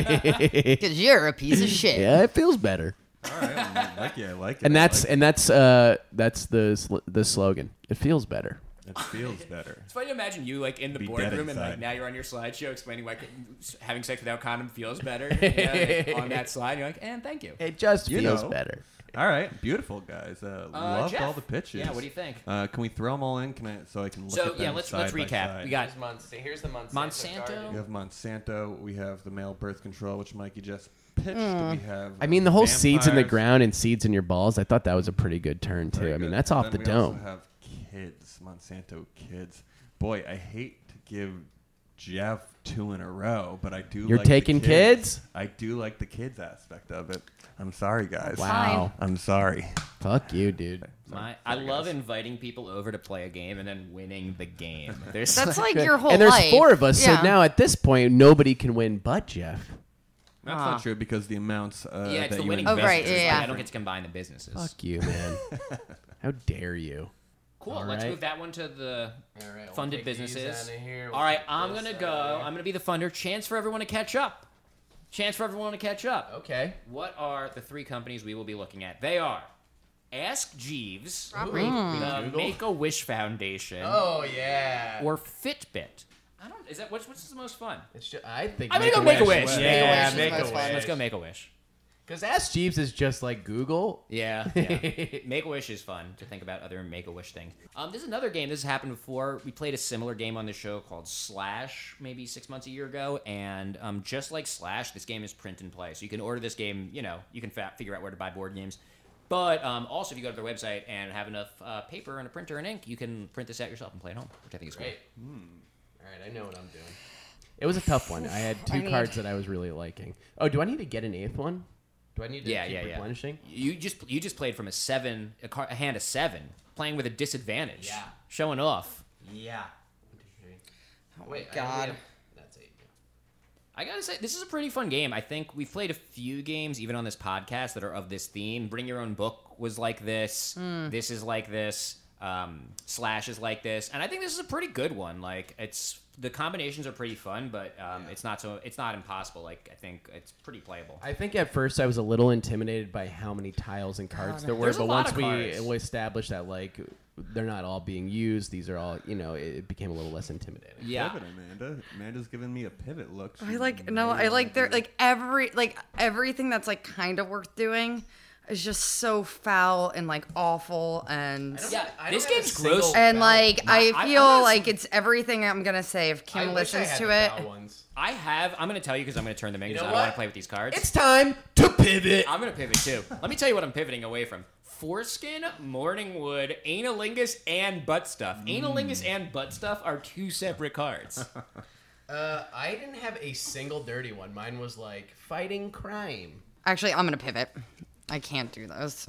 Because you're a piece of shit.
yeah, it feels better.
I like it. I like it.
And that's and that's uh that's the sl- the slogan. It feels better.
It feels better.
It's funny to imagine you like in the
Be dead
boardroom and like
inside.
now you're on your slideshow explaining why having sex without condom feels better you know, like, on that slide. You're like, and thank you.
It just
You
feels
know.
better.
All right, beautiful guys. Uh, loved
Jeff?
all the pitches.
Yeah, what do you think?
Uh, can we throw them all in? Can I so I can look
So
at them
yeah, let's
side
let's
by
recap.
side?
We got
Here's the Monsanto.
Monsanto.
We have Monsanto. We have the male birth control, which Mikey just pitched.
Hmm.
We have.
I mean, the whole seeds in the
vampires.
ground and seeds in your balls. I thought that was a pretty good turn too.
Very
I mean,
good.
that's off
Then
the
we
dome.
Also have kids, Monsanto kids. Boy, I hate to give Jeff two in a row, but I do.
You're
like the
taking kids?
I do like the kids aspect of it. I'm sorry, guys.
Wow.
I'm sorry.
Fuck you, dude.
My, I love inviting people over to play a game and then winning the game. There's
Uh,
That's like your whole
and there's
life.
four of us,
Yeah.
so now at this point, nobody can win but Jeff.
That's not true because the amounts. Uh,
yeah, it's
that
the
you
winning.
Oh,
invest-
right,
businesses.
yeah,
Like,
yeah.
I don't get to combine the businesses.
Fuck you, man. How dare you?
Cool. Let's
right.
move that one to the
right, we'll
funded
take these
businesses.
outta here, we'll
All right,
take
I'm
this
gonna
outta
go. I'm gonna be the funder. Chance for everyone to catch up. Chance for everyone to catch up.
Okay.
What are the three companies we will be looking at? They are Ask Jeeves, the Hmm. Uh, Make a Wish Foundation,
Oh yeah.
or Fitbit. I don't. Is that what's what's the most fun?
It's just, I think
I'm gonna go Make a Wish.
Yeah, Make-A-Wish is the most fun.
Let's go Make a Wish.
Because Ask Jeeves is just like Google.
Yeah, yeah. Make a Wish is fun to think about other Make a Wish things. Um, this is another game. This has happened before. We played a similar game on the show called Slash maybe six months a year ago, and um, just like Slash, this game is print and play. So you can order this game. You know, you can fa- figure out where to buy board games. But um, also, if you go to their website and have enough uh, paper and a printer and ink, you can print this out yourself and play at home, which I think is great.
Hmm. All right, I know what I'm doing. It was a tough one. I had two
I need-
cards that I was really liking. Oh, do I need to get an eighth one? Do I need to
Yeah,
keep
yeah, yeah.
replenishing?
You just you just played from a seven, a, car, a hand of seven, playing with a disadvantage.
Yeah.
showing off.
Yeah.
Oh
Wait,
God. have-
that's eight.
I gotta say, this is a pretty fun game. I think we've played a few games, even on this podcast, that are of this theme. Bring Your Own Book was like this. This is like this. Um, Slash is like this, and I think this is a pretty good one. Like, it's the combinations are pretty fun, but um, it's not so it's not impossible. Like, I think it's pretty playable.
I think at first I was a little intimidated by how many tiles and cards there were,
There's a
but
lot
once
of
we,
cards.
we established that like they're not all being used, these are all you know, it, it became a little less intimidating.
yeah,
Pivot, Amanda. Amanda's giving me a pivot look. Mm,
I like no, I like their like every like everything that's like kind of worth doing is just so foul and like awful and
yeah.
I don't
This
have a
game's
single-
gross.
and like
I-
I,
I
feel
honestly-
like it's everything I'm gonna say if Kim listens to it.
I have. I'm gonna tell you because I'm gonna turn them in because
know
I want
what?
to play with these cards.
It's time to pivot.
I'm gonna pivot too. Let me tell you what I'm pivoting away from: foreskin, morning wood, analingus, and butt stuff. Analingus and butt stuff are two separate cards.
Uh, I didn't have a single dirty one. Mine was like fighting crime.
Actually, I'm gonna pivot. I can't do those.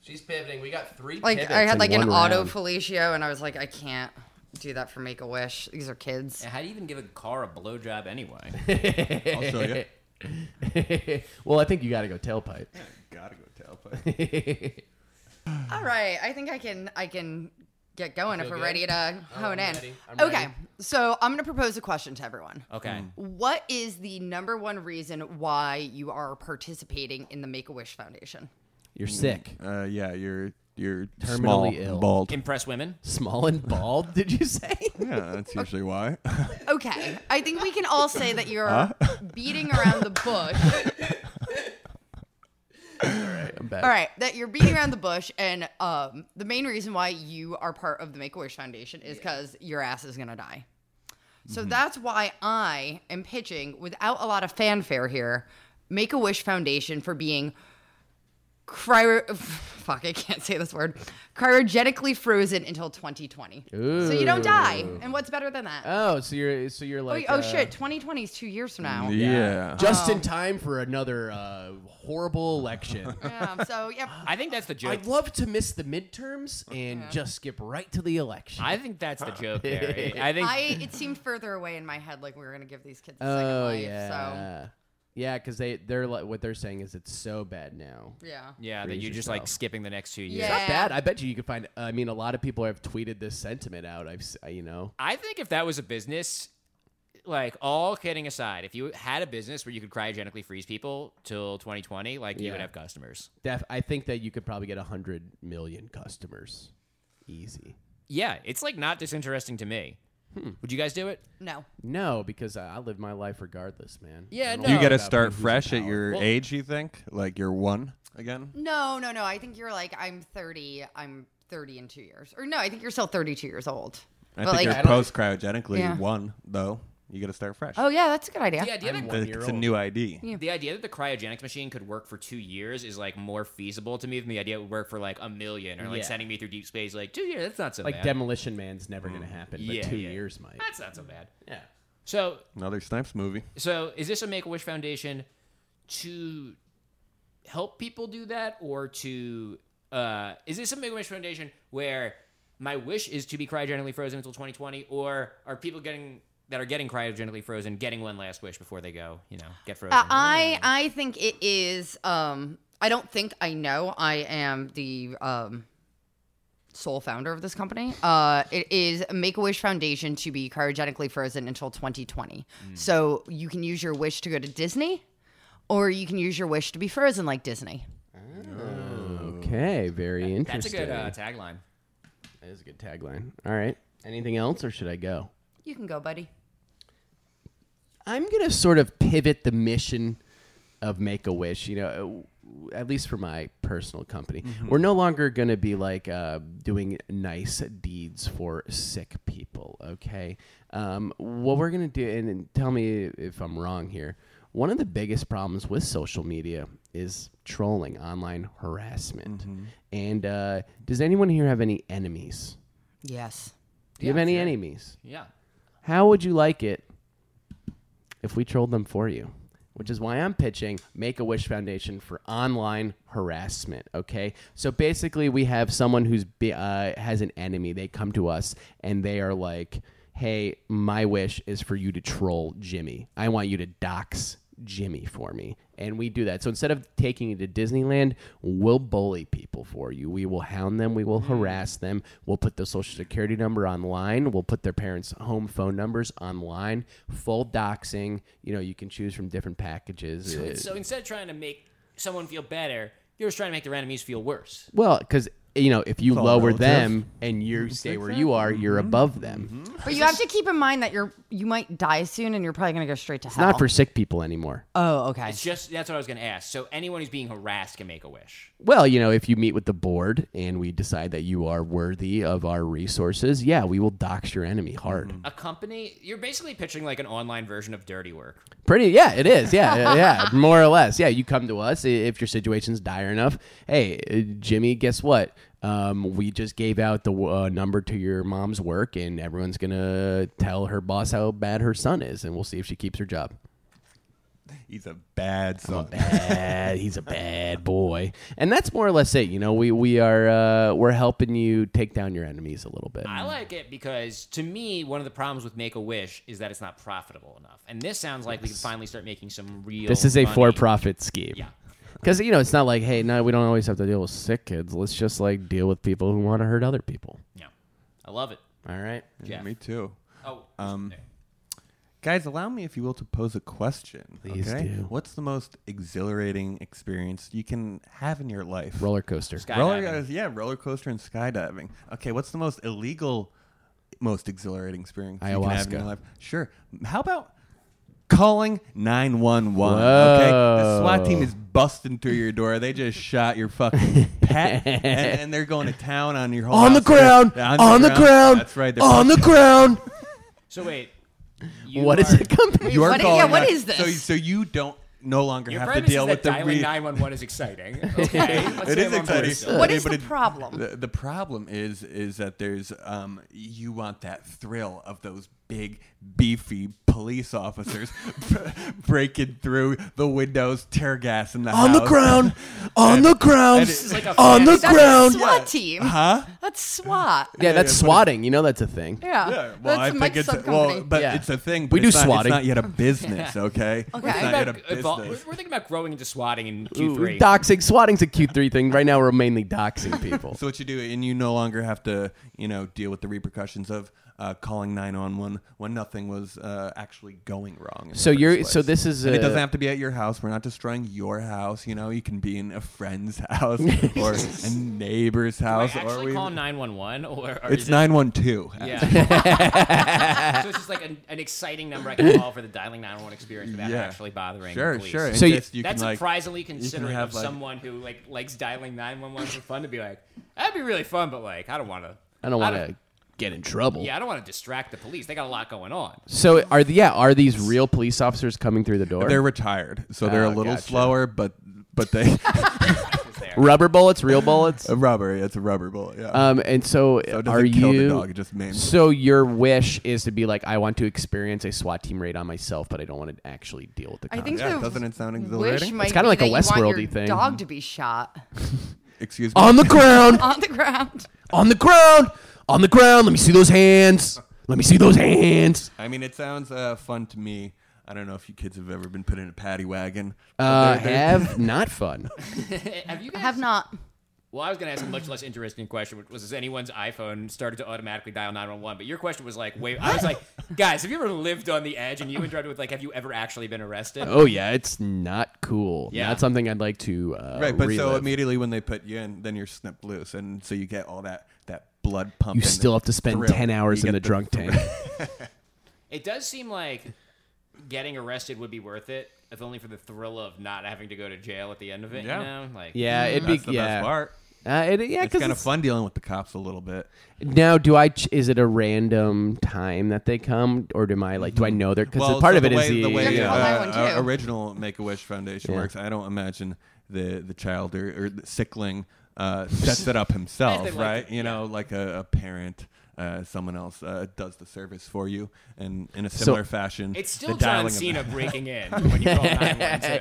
She's pivoting. We got three.
Like I had
in
like an
one
auto
round.
fellatio and I was like I can't do that for Make a Wish. These are kids.
How do you even give a car a blowjob anyway?
I'll show you.
well, I think you got to go tailpipe.
Gotta go tailpipe.
All right, I think I can I can get going if we're
good? Oh,
ready to
I'm
hone in.
ready. I'm
okay,
ready. Oh.
so I'm gonna propose a question to everyone.
Okay.
What is the number one reason why you are participating in the Make a Wish Foundation?
You're sick,
uh, yeah, you're you're
Terminally
small,
ill.
bald.
Impress women.
small and bald. Did you say?
Yeah, that's usually why.
Okay, I think we can all say that you're beating around the bush.
I'm back.
All right, that you're beating around the bush, and um, the main reason why you are part of the Make a Wish Foundation is because your ass is gonna die. So that's why I am pitching, without a lot of fanfare here, Make a Wish Foundation for being cryo. Fuck, I can't say this word. Cryogenically frozen until 2020, so you don't die. And what's better than that?
Oh, so you're so you're
oh,
like
oh
uh,
shit, Oh. 2020 is two years from now.
yeah.
Just in time for another uh, horrible election.
Yeah, so yep.
I think that's the joke.
I'd love to miss the midterms and just skip right to the election.
I think that's the joke there. I think
I it seemed further away in my head, like we were gonna give these kids a second
oh
life.
yeah, yeah, because they they're like what they're saying is it's so bad now.
So yeah,
yeah, that
Freeze
you're just
yourself.
like skipping the next two years.
It's not
Yeah.
bad. I bet you you could find. I mean, a lot of people have tweeted this sentiment out. I've s- you know.
I think if that was a business, like all kidding aside, if you had a business where you could cryogenically freeze people till 2020, like you
Yeah.
would have customers.
Def, I think that you could probably get 100 million customers. Easy.
Yeah, it's like not disinteresting to me. Would you guys do it?
No,
No, because I, I live my life regardless, man.
Yeah,
I don't
no.
You
worry
got to
about
start
who's in
fresh at
power.
your
Well-
age. You think like you're one again?
no, no, no. I think you're like I'm 30. I'm 30 in two years, or no, I think you're still 32 years old.
I
but
think
like,
you're post cryogenically
Yeah.
one though. You got to start fresh.
oh yeah, that's a good idea.
The idea, that,
one year
it's a
old.
new ID.
the idea that the cryogenics machine could work for two years is like more feasible to me than the idea it would work for like a million or like
Yeah.
sending me through deep space. Like two years, that's not so
Like
bad.
Mm.
Demolition Man's never going to happen, but
Yeah,
two
yeah.
years might.
that's not so bad.
Yeah.
So,
Another Snipes movie.
so is this a Make a Wish Foundation to help people do that, or to uh, is this a Make a Wish Foundation where my wish is to be cryogenically frozen until 2020, or are people getting that are getting cryogenically frozen getting one last wish before they go, you know, get frozen?
Uh, I I think it is. Um, I don't think I know. I am the um, sole founder of this company. Uh, it is Make a Wish Foundation to be cryogenically frozen until 2020. So you can use your wish to go to Disney, or you can use your wish to be frozen like Disney.
Okay, very
That's a
interesting.
good uh, tagline.
that is a good tagline. All right. Anything else, or should I go?
You can go, buddy.
I'm gonna sort of pivot the mission of Make a Wish. You know, uh, at least for my personal company, we're no longer gonna be like uh, doing nice deeds for sick people. Okay, um, what we're gonna do, and, and tell me if I'm wrong here. One of the biggest problems with social media is trolling, online harassment. And uh, does anyone here have any enemies?
Yes.
Do you have any enemies?
Yeah.
How would you like it if we trolled them for you? Which is why I'm pitching Make a Wish Foundation for online harassment. Okay, so basically we have someone who's be, uh, has an enemy. They come to us and they are like, "Hey, my wish is for you to troll Jimmy. I want you to dox Jimmy for me." And we do that. So instead of taking you to Disneyland, we'll bully people for you. We will hound them. We will
Hmm.
harass them. We'll put their social security number online. We'll put their parents' home phone numbers online. Full doxing. You know, you can choose from different packages. Uh,
So instead of trying to make someone feel better, you're just trying to make their enemies feel worse.
well, because you know, if you
all
lower
relative. Mm-hmm.
them and you stay where you are, you're above them.
But you have to keep in mind that you're you might die soon, and you're probably gonna go straight to hell.
Not for sick people anymore. Uh,
oh, okay.
It's just that's what I was going to ask. So anyone who's being harassed can make a wish.
Well, you know, if you meet with the board and we decide that you are worthy of our resources, yeah, we will dox your enemy hard.
Mm-hmm.
A company, you're basically pitching like an online version of dirty work.
Pretty, yeah, it is. Yeah, yeah, yeah, more or less. Yeah, you come to us i- if your situation's dire enough. Hey, uh, Jimmy, guess what? Um, we just gave out the uh, number to your mom's work, and everyone's gonna tell her boss how bad her son is, and we'll see if she keeps her job.
He's a bad son.
Bad, he's a bad boy, and that's more or less it. You know, we we are uh, we're helping you take down your enemies a little bit.
I
Mm.
like it because to me, one of the problems with Make a Wish is that it's not profitable enough. And this sounds like we can finally start making some real.
This is a
money.
for-profit scheme.
Yeah.
Because you know it's not like, hey, no, we don't always have to deal with sick kids. Let's just like deal with people who want to hurt other people.
Yeah, I love it.
All right.
Yeah.
Me too.
Oh, um,
Guys, allow me, if you will, to pose a question.
Please
okay?
do.
What's the most exhilarating experience you can have in your life?
Roller coaster.
roller, yeah, roller coaster and skydiving. Okay, what's the most illegal, most exhilarating experience you can have
Ayahuasca.
in your life? Sure. How about calling nine one one? Okay, the SWAT team is busting through your door. They just shot your fucking pet, and, and they're going to town on your whole
On the
house.
ground.
Yeah,
On the ground.
That's right. they're
On the ground.
so wait, you
What is
are-
it company?
You are
What i-
calling
yeah, what
out-
is this?
So, so you don't no longer
Your
have to
premise
deal
is
with
that
the
dialing
re-
nine one one is exciting. Okay, let's
It
see if
is
I'm on board
exciting.
still.
What is
But
the
it-
problem?
The, the problem is is that there's um you want that thrill of those big beefy police officers b- breaking through the windows, tear gas in the
On
house.
the ground. On the ground.
This is
like a
On the
fantasy-
That's
ground. Uh-huh.
SWAT team. Huh? That's SWAT.
Yeah, that's swatting. You know that's a thing.
Yeah.
Yeah, well,
That's
I think
Mike's
it's
sub
well,
company.
but
Yeah.
it's a thing. But
We do
it's not,
swatting.
It's not yet a business, okay? It's
Okay. We're
not
We're
yet a
about- evol-
business.
we're thinking about growing into swatting in
Ooh,
Q3.
Doxing. Swatting's a Q3 thing. Right now we're mainly doxing people.
So what you do, and you no longer have to, you know, deal with the repercussions of uh, calling nine on one when nothing was uh, actually going wrong. in the
So you're-
first
so
place.
this is
And it
a-
doesn't have to be at your house. We're not destroying your house. You know, you can be in a friend's house or a neighbor's
Do I
house. or
actually
we-
call 911 or, or
It's
is it-
nine one two.
Yeah. so it's just like an, an exciting number I can call for the dialing 911 experience without
Yeah.
actually bothering.
Sure,
the police.
sure. And
So you-
just you
That's
can, like,
surprisingly considerate
have,
of
like-
someone who like likes dialing 911 for fun to be like, that'd be really fun, but like I don't want to.
I don't want to get in trouble.
Yeah, I don't want to distract the police. They got a lot going on.
So are the yeah are these real police officers coming through the door?
They're retired, so they're a
Oh,
little
gotcha.
slower, but but they
Is there?
rubber bullets, real bullets.
A rubber. It's a rubber bullet. Yeah.
Um, and so,
So it doesn't
are
kill the
you?
dog, it just maims it.
so your wish is to be like, I want to experience a SWAT team raid on myself, but I don't want to actually deal with the.
I
Con-
think
Yeah,
the
doesn't it sound
wish
exhilarating?
might
It's kinda
be
like a
that you want your
Westworldy thing.
Dog to be shot
Excuse me.
on the ground,
on the ground.
on the ground, on the ground. Let me see those hands. Let me see those hands.
I mean, it sounds uh, fun to me. I don't know if you kids have ever been put in a paddy wagon.
Uh,
But they're- they're-
have not fun.
Eh, Have you
I
guys?
have not.
Well, I was going to ask a much less interesting question, which was: Has anyone's iPhone started to automatically dial nine one one? But your question was like, wait, I was like, guys, have you ever lived on the edge? And you interrupted with like, have you ever actually been arrested?
Oh yeah, it's not cool.
Yeah.
not something I'd like to. Uh,
right, but so
relive.
immediately when they put you in, then you're snipped loose, and so you get all that that blood pump.
you still have to spend ten hours in the drunk tank.
It does seem like getting arrested would be worth it, if only for the thrill of not having to go to jail at the end of it.
Yeah.
You know, like
yeah, it'd
That's
be
the
yeah.
best part.
Uh, it, yeah,
It's
'cause
kind of fun dealing with the cops a little bit.
Now, do I? ch- Is it a random time that they come, or do I like? Do I know they're? Because part
so
of it
the
is
way, the way
You have to call
uh,
911
uh,
too.
original Make a Wish Foundation
Yeah.
works. I don't imagine the the child or, or the sickling uh, sets it up himself,
like it,
right? you know, like a, a parent. Uh, someone else uh, does the service for you, and in a similar fashion,
it's
the
still John
dialing of the-
Cena breaking in when you call nine one two.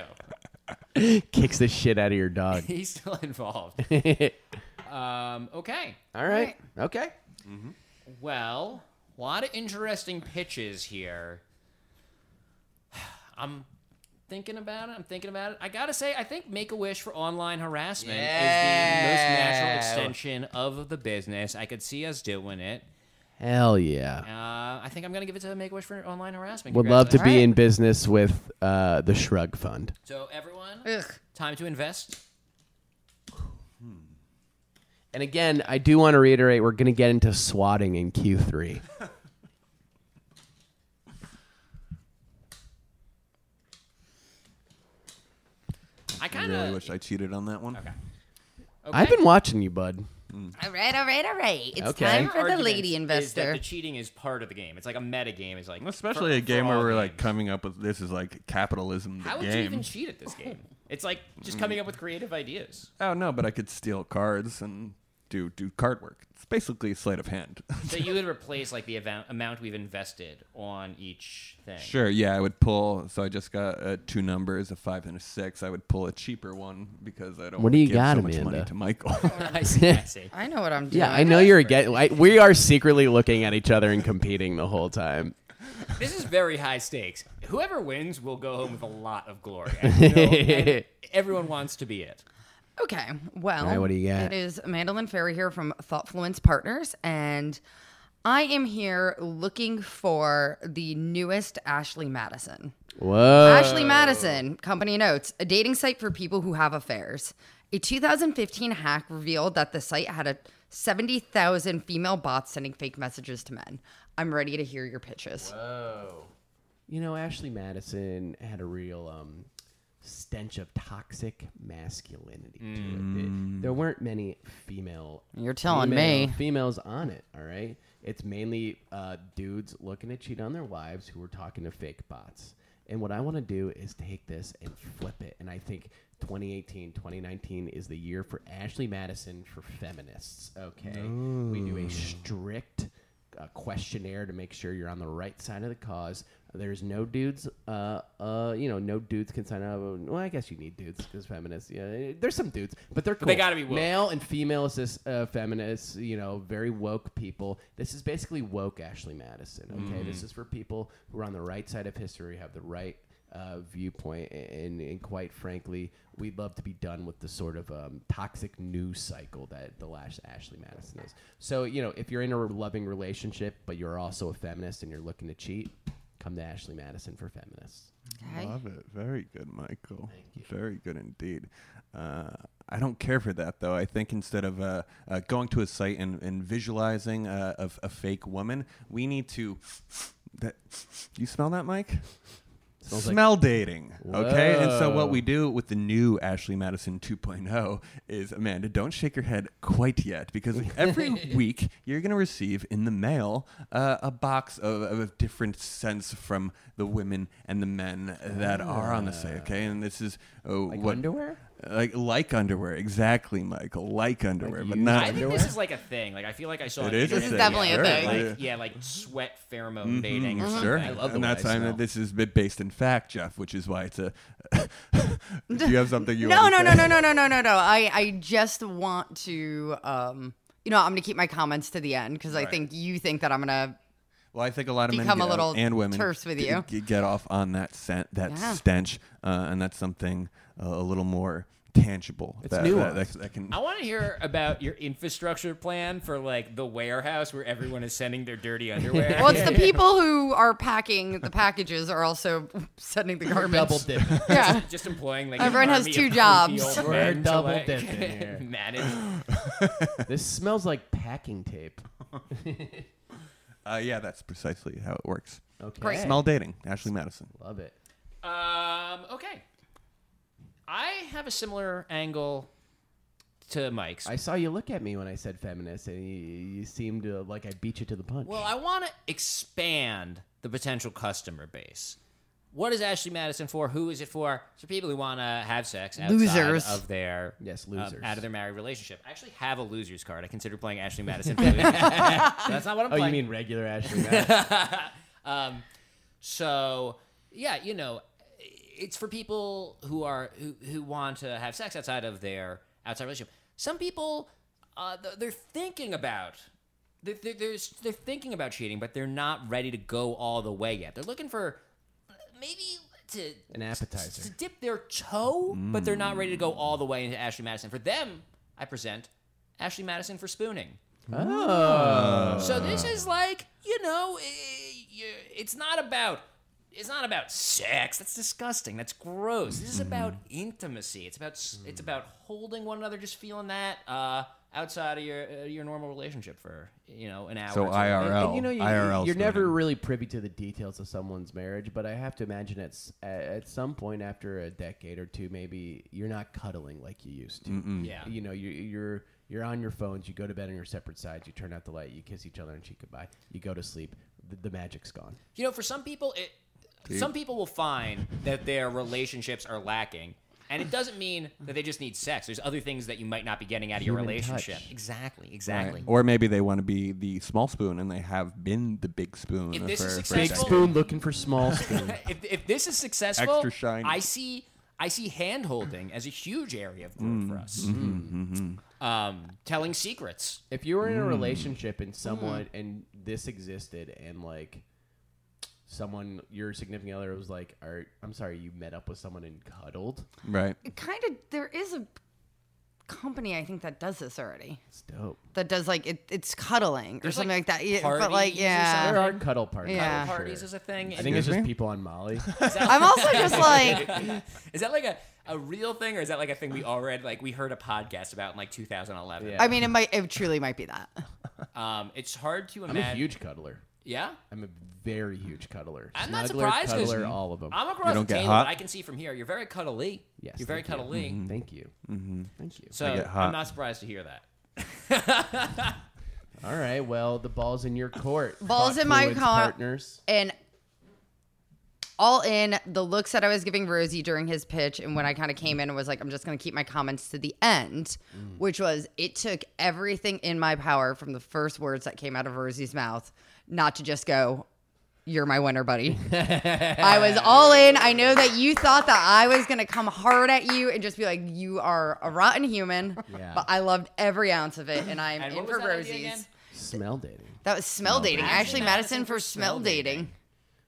uh,
kicks the shit out of your dog.
He's still involved. Um, okay.
All right. Okay.
Well, a lot of interesting pitches here. I'm thinking about it. I'm thinking about it. I gotta say, I think Make a Wish for online harassment is the most natural extension of the business. I could see us doing it.
Hell yeah.
Uh, I think I'm gonna give it to Make a Wish for online harassment.
Would love to
All
be
right.
in business with uh, the Shrug Fund.
So everyone,
Ugh.
time to invest.
And again, I do want to reiterate, we're going to get into swatting in Q3.
I
I
kind of.
really wish I cheated on that one.
I've been watching you, bud.
All right, all right, all right. It's
Okay.
time for the
argument
lady
is that
investor.
the cheating is part of the game. It's like a meta game. It's like
Especially
for-
a
for
game where
all
we're like
games.
coming up with this is like capitalism. The
How would
game.
you even cheat at this game? It's like just coming up with creative ideas.
oh no, but I could steal cards and do do card work. It's basically sleight of hand.
So you would replace like the ava- amount we've invested on each thing.
Sure. Yeah, I would pull. So I just got uh, two numbers, a five and a six. I would pull a cheaper one because I don't.
What do
wanna
you
give
got,
so much money
Amanda?
to Michael?
I see. I see.
I know what I'm doing.
Yeah, I know you're getting. I, we are secretly looking at each other and competing the whole time.
This is very high stakes. Whoever wins will go home with a lot of glory. you know, and everyone wants to be it.
Okay. Well,
All right, what do you got?
It is Amanda Lynn Ferry here from Thoughtfluence Partners, and I am here looking for the newest Ashley Madison.
Whoa.
Ashley Madison, company notes, a dating site for people who have affairs. A 2015 hack revealed that the site had a 70,000 female bots sending fake messages to men. I'm ready to hear your pitches.
You know, Ashley Madison had a real um, stench of toxic masculinity to it. Th- There weren't many female.
Mm. You're telling
female-
me.
females on it. All right, it's mainly uh, dudes looking to cheat on their wives who were talking to fake bots. And what I want to do is take this and flip it. And I think 2018, 2019 is the year for Ashley Madison for feminists. Okay, we do a strict a questionnaire to make sure you're on the right side of the cause. There's no dudes, uh, uh, you know, no dudes can sign up. Well, I guess you need dudes because feminists. Yeah, there's some dudes, but they're cool.
they gotta be woke.
male and female assist, uh, feminists. You know, very woke people. This is basically woke Ashley Madison. Okay,
Mm.
this is for people who are on the right side of history, have the right uh, viewpoint, and, and quite frankly, we'd love to be done with the sort of um, toxic news cycle that the last Ashley Madison is. So, you know, if you're in a loving relationship, but you're also a feminist and you're looking to cheat, come to Ashley Madison for feminists.
Okay.
Love it. Very good, Michael. Very good indeed. Uh, I don't care for that though. I think instead of uh, uh, going to a site and, and visualizing uh, of a fake woman, we need to. That you smell that, Mike?
Smells like-
Smell dating. Okay, and so
Whoa.
what we do with the new Ashley Madison 2.0 is Amanda, don't shake your head quite yet because every week you're going to receive in the mail uh, a box of, of different scents from the women and the men that are on the site. Okay, and this is uh,
Like
what
underwear?
Like like underwear, exactly, Michael. Like underwear, but
I
not
think
underwear.
this is like a thing. Like I feel like I saw
Uh, It
an
is a
internet
thing, Mm-hmm.
definitely a
video,
thing.
Like, yeah, like sweat pheromone dating or something.
Sure,
Uh-huh. I love the
and
way I
that's why
smell.
this is bit based in fact, Jeff, which is why it's a. Do you have something you?
No,
want
no,
to
no,
say?
no, no, no, no, no, no. I, I just want to, um, you know, I'm going to keep my comments to the end because I think you think that I'm going to.
Well, I think a lot of men
Become
get
a little
off- and women
terse with
g-
you.
g- get off on that scent, that
Yeah.
stench, uh, and that's something uh, a little more tangible. It's that, that, that,
nuanced.
that can.
I want to hear about your infrastructure plan for like the warehouse where everyone is sending their dirty underwear.
Well, it's the people who are packing the packages are also sending the garments.
Double dip.
Yeah.
just employing like
Everyone has two jobs.
We're double dipping here.
Manage.
this smells like packing tape.
Uh, yeah, that's precisely how it works.
Okay.
Great.
Smell dating, Ashley Madison.
Love it.
Um, okay. I have a similar angle to Mike's.
I saw you look at me when I said feminist, and you, you seemed to like I beat you to the punch.
Well, I want to expand the potential customer base. What is Ashley Madison for? Who is it for? It's for people who want to have sex outside
Losers.
of their
Yes,
um,
losers.
out of their married relationship. I actually have a losers card. I consider playing Ashley Madison. For losers. That's not what I'm
oh,
playing.
you mean regular Ashley? Madison.
So yeah, you know, it's for people who are who who want to have sex outside of their outside relationship. Some people, uh, th- they're thinking about. They're, they're, they're they're thinking about cheating, but they're not ready to go all the way yet. They're looking for uh, maybe to
An appetizer.
to dip their toe, but they're not ready to go all the way into Ashley Madison. For them, I present Ashley Madison for spooning. So this is like, you know, i- you- it's not about it's not about sex. That's disgusting. That's gross. This is about intimacy. It's about s it's about holding one another, just feeling that uh, outside of your uh, your normal relationship for you know an hour.
So
or two.
IRL.
And, you know, you,
IRL
are never
student.
really privy to the details of someone's marriage, but I have to imagine at s- at, at some point after a decade or two, maybe you're not cuddling like you used to.
Yeah.
You know, you, you're you're on your phones. You go to bed on your separate sides. You turn out the light. You kiss each other and cheek goodbye. You go to sleep. The, the magic's gone.
You know, for some people, it some people will find that their relationships are lacking, and it doesn't mean that they just need sex. There's other things that you might not be getting out of your
Human touch.
relationship. Exactly. Exactly.
Or maybe they want to be the small spoon, and they have been the big spoon.
If this
for,
is
for
Big
Big
a
Well-
decade.
spoon
spoon looking for small spoon.
if, if this is successful,
Extra shine.
I see I see hand holding as a huge area of growth
Mm,
for us.
mm-hmm,
Um, telling secrets.
if you were
Hmm.
in a relationship and someone and this existed and like someone your significant other was like are i'm sorry you met up with someone and cuddled
right?
Kind of, there is a company I think that does this already.
it's dope
That does like, it, it's cuddling or
There's,
something
like,
like, that. Yeah, but like,
parties or something.
there
yeah.
are cuddle parties
Uh-huh. Yeah.
for
Parties
sure.
is a thing.
i think it's
Excuse
just
me?
people on molly
I'm also just like,
is that like a, a real thing or is that like a thing we already like we heard a podcast about in like 2011?
Yeah.
I mean, it might, it truly might be that.
Um, it's hard to
i'm a
imagine.
huge cuddler
yeah.
i'm a very huge cuddler
I'm not
Snuggler,
surprised 'cause
cuddler all of them
I'm across
don't
the
get
table,
hot? Mm-hmm.
but I can see from here. You're very cuddly.
Yes,
You're very
thank you.
cuddly.
thank you thank you
So
get hot.
I'm not surprised to hear that.
all right well the ball's in your court
Ball's
Thought
in my
fluids,
court.
partners
and all in the looks that I was giving Rosie during his pitch, and when I kind of came in and was like, I'm just going to keep my comments to the end, which was it took everything in my power from the first words that came out of Rosie's mouth not to just go, You're my winner, buddy. I was all in. I know that you thought that I was going to come hard at you and just be like, You are a rotten human,
Yeah.
but I loved every ounce of it, and I'm
And
in
what
for
was that idea
Rosie's.
again?
smell dating
That was smell dating. Ashley Madison for smell dating.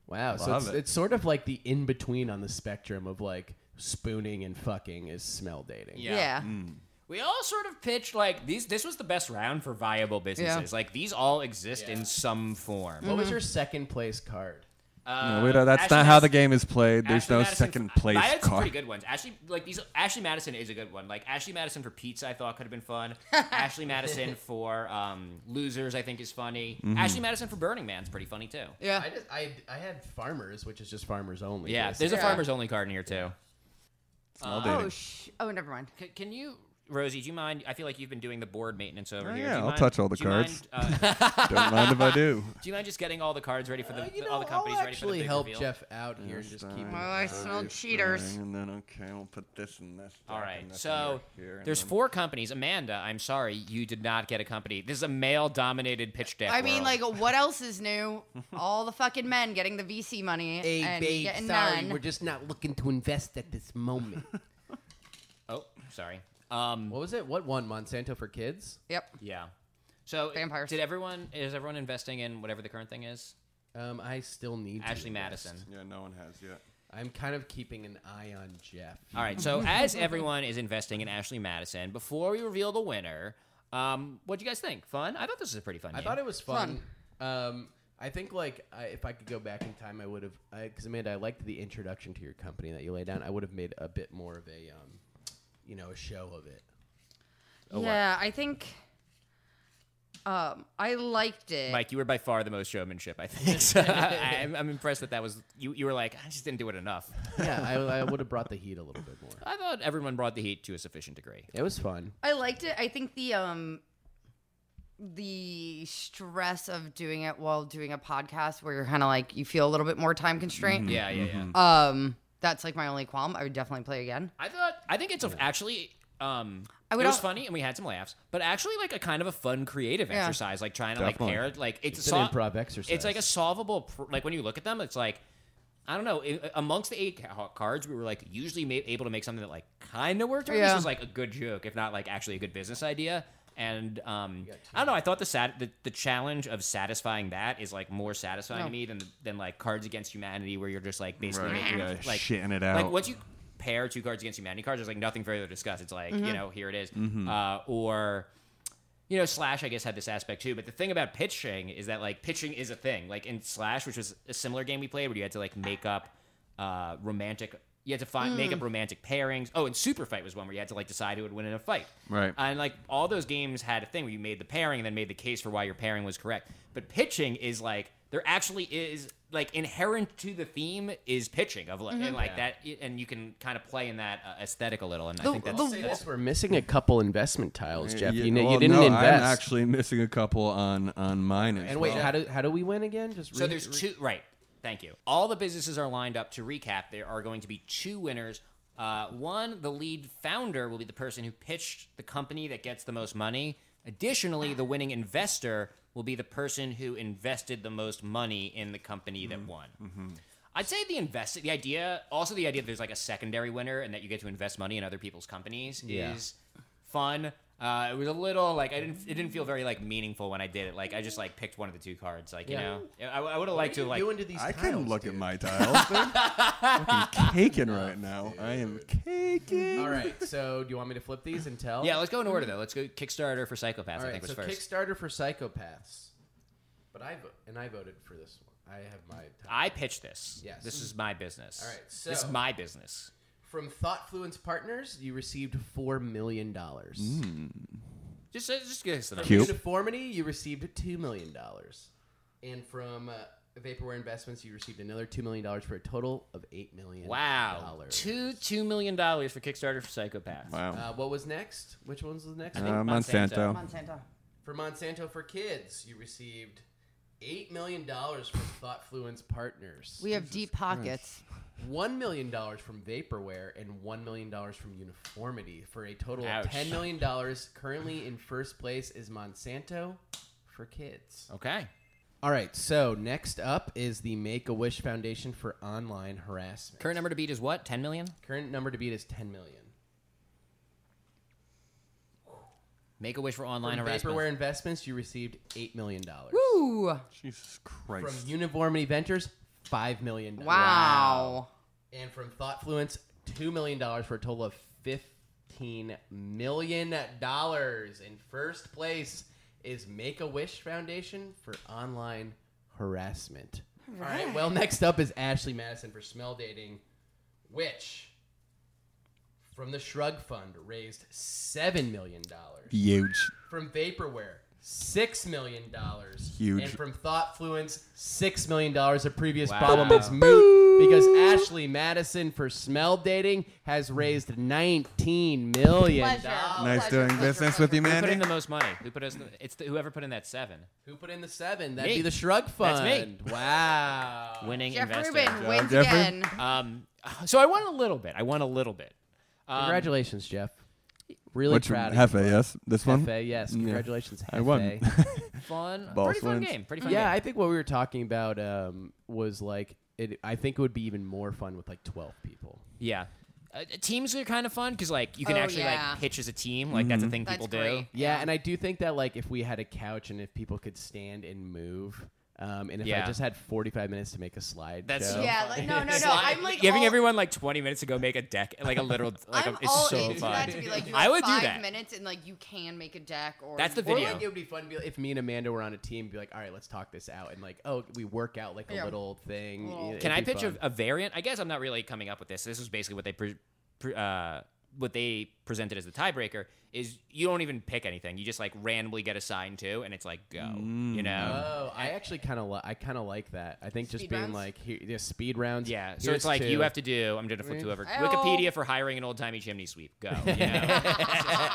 Wow, so
Love
it's,
it.
it's sort of like the in between on the spectrum of like spooning and fucking is smell dating.
Yeah.
yeah.
We all sort of pitched like these. This was the best round for viable businesses.
Yeah.
Like these all exist in some form.
What was your second place card?
No, we don't-
Uh,
that's
Ashley
not how
Madison-
the game is played. There's
Ashley
no
Madison-
second
I
place
had some pretty
card.
good ones. Ashley, like these. Ashley Madison is a good one. Like Ashley Madison for pizza, I thought could have been fun. Ashley Madison for um, losers, I think is funny.
Mm-hmm.
Ashley Madison for Burning Man's pretty funny too.
Yeah.
I just I, I had farmers, which is just farmers only.
Yeah,
basically.
there's a farmers only card in here too.
Smell
Oh,
dating.
sh- oh, never mind.
C- can you Rosie, do you mind? I feel like you've been doing the board maintenance over here. Do
Oh, yeah,
you
I'll
mind-
touch all the
do you mind, uh,
Don't mind if I do.
do you mind just getting all the cards ready for the,
Uh, you know,
all the companies
I'll
ready for the
actually
big
help
reveal?
Jeff out here and just keep.
Well, I smell cheaters.
And then okay, we'll put this and this.
All right. So there's four companies. Amanda, I'm sorry you did not get a company. This is a male-dominated pitch deck.
I mean,
world.
like, what else is new? All the fucking men getting the VC money
Hey,
and
babe,
getting
sorry,
none.
we're just not looking to invest at this moment.
oh, sorry. Um,
what was it? What one? Monsanto for kids?
yep.
yeah. So
Vampires.
Did everyone? Is everyone investing in whatever the current thing is?
Um, I still need to
Ashley
invest.
Madison.
Yeah, no one has yet.
I'm kind of keeping an eye on Jeff.
All right. So as everyone is investing in Ashley Madison, before we reveal the winner, um, what do you guys think? Fun? I thought this was a pretty fun.
I
game.
thought it was fun. Um, I think like I, if I could go back in time, I would have because Amanda, I liked the introduction to your company that you laid down. I would have made a bit more of a, um, you know, a show of it.
Oh,
yeah, I think um, I liked it.
Mike, you were by far the most showmanship. I think. So I, I'm, I'm impressed that that was you. You were like, I just didn't do it enough.
Yeah, I, I would have brought the heat a little bit more.
I thought everyone brought the heat to a sufficient degree.
It was fun.
I liked it. I think the um the stress of doing it while doing a podcast where you're kind of like you feel a little bit more time constrained.
Mm-hmm. Yeah, yeah, yeah.
Um that's like my only qualm. I would definitely play again.
I thought I think it's a, actually um
I would
it was
al-
funny and we had some laughs, but actually like a kind of a fun creative
Yeah.
exercise, like trying to
Definitely.
like pair like it's,
It's
a
an improv exercise.
It's like a solvable pr- like when you look at them, it's like I don't know. i amongst the eight ca- cards, we were like usually ma- able to make something that like kind of worked. Or This
Yeah.
was like a good joke, if not like actually a good business idea. And um, I don't know. I thought the, sat- the the challenge of satisfying that is like more satisfying to me than than like Cards Against Humanity, where you're just like basically
Right.
making
Yeah,
a- like
shitting it
Like
out.
once you pair two cards against humanity cards, there's like nothing further to discuss. It's like
Mm-hmm.
you know here it is. uh, or you know Slash I guess had this aspect too. But the thing about pitching is that like pitching is a thing. Like in Slash, which was a similar game we played, where you had to like make up uh, romantic. You had to find make up romantic pairings. Oh, and Super Fight was one where you had to like decide who would win in a fight.
Right.
And like all those games had a thing where you made the pairing and then made the case for why your pairing was correct. But pitching is like there actually is like inherent to the theme is pitching of like and like that and you can kind of play in that uh, aesthetic a little and I think that's
Say this, we're missing a couple investment tiles, Jeff.
Yeah,
you, kn-
well,
you didn't
no,
invest.
I'm actually missing a couple on on mine as
and wait,
well.
how do how do we win again? Just
So
re-
there's two. Right. Thank you. All the businesses are lined up. To recap, there are going to be two winners. Uh, one, the lead founder will be the person who pitched the company that gets the most money. Additionally, the winning investor will be the person who invested the most money in the company
Mm-hmm.
that won. I'd say the invest the idea, also the idea that there's like a secondary winner and that you get to invest money in other people's companies
Yeah.
is fun. Uh, it was a little like I didn't. It didn't feel very like meaningful when I did it. Like I just like picked one of the two cards. Like
Yeah.
you know, I, I would have liked to like.
doing to these
I
tiles,
can look
dude?
at my tiles. dude. Fucking caking right now. I am caking.
All right, so do you want me to flip these and tell?
Yeah, let's go in order though. Let's go Kickstarter for Psychopaths.
Mm-hmm. All
I
right,
think was
so
first.
Kickstarter for psychopaths. But I vo- and I voted for this one. I have my time.
I pitched this.
Yes.
This is my business.
All right,
This
so-
is my business.
From ThoughtFluence Partners, you received four million dollars.
Mm. Just, uh, just give us the number.
Cute.
Uniformity, you received two million dollars, and from uh, Vaporware Investments, you received another two million dollars for a total of eight million.
Wow. Two two million dollars for Kickstarter for Psychopaths.
Wow.
Uh, what was next? Which one was the next?
Uh,
one?
Monsanto.
Monsanto.
Monsanto.
For Monsanto for Kids, you received eight million dollars from ThoughtFluence Partners,
We have deep pockets.
one million dollars from Vaporware, and one million dollars from Uniformity for a total
Ouch.
of ten million dollars. Currently in first place is Monsanto for Kids.
Okay.
All right, so next up is the Make a Wish Foundation for Online Harassment.
Current number to beat is what? Ten million.
Current number to beat is ten million.
Make a wish for online
From
harassment.
Vaporware Investments, you received eight million dollars.
Ooh.
Jesus
From
Christ.
Uniformity Ventures, five million.
Wow.
And from ThoughtFluence, $2 million for a total of $15 million. In first place is Make a Wish Foundation for online harassment. All right. Well, next up is Ashley Madison for smell dating, which from the Shrug Fund raised $7 million.
Huge.
From Vaporware, $6 million.
Huge.
And from ThoughtFluence, $6 million. A previous
Wow.
problem is moot. because Ashley Madison for smell dating has raised 19 million dollars.
Nice doing business with you,
Who put in
man.
the most money? Who put us? in the- It's the, whoever put in that seven.
Who put in the 7? That'd
Me.
be the Shrug Fund.
That's me.
Wow.
Winning
Jeff
investor.
Rubin wins
Jeffrey.
again.
Um, so I won a little bit. I won a little bit.
Um, Congratulations, Jeff. Really
Which
proud
Hefe,
of you.
yes? This one?
Hefe, yes. Congratulations,
I won.
Hefe.
Fun,
Ball
pretty fun
swings.
game. Pretty fun.
yeah,
game.
I think what we were talking about um, was like, it, I think it would be even more fun with like 12 people.
Yeah. Uh, teams are kind of fun because like you can
Oh,
actually
yeah.
like pitch as a team. Like that's a thing
That's
people do.
great.
Yeah, and I do think that like if we had a couch and if people could stand and move, um, and if I
Yeah.
just had 45 minutes to make a slide,
That's-
show,
Yeah, like, no, no, no.
Slide-
I'm like
giving
all-
everyone like 20 minutes to go make a deck, like a literal. Like
I'm
a, it's
all
so
into
fun.
that to be like you have
I would
five
do that.
minutes and like you can make a deck or
That's the
or,
Or,
video.
like, it would be fun to be, if me and Amanda were on a team, be like, all right, let's talk this out, and like, oh, we work out like a
Yeah.
little thing.
Well-
It'd
Can I
be
pitch
fun.
a, a variant? I guess I'm not really coming up with this. This is basically what they pre- pre- uh, what they presented as the tiebreaker is you don't even pick anything. You just like randomly get assigned to, and it's like go. You know.
Oh, I actually kind of li- I kind of like that. I think just
Speed
being
rounds?
like here, yeah, speed rounds.
Yeah, so it's like you have to do. I'm gonna flip to whoever
Ow.
Wikipedia for hiring an old timey chimney sweep. Go. You know?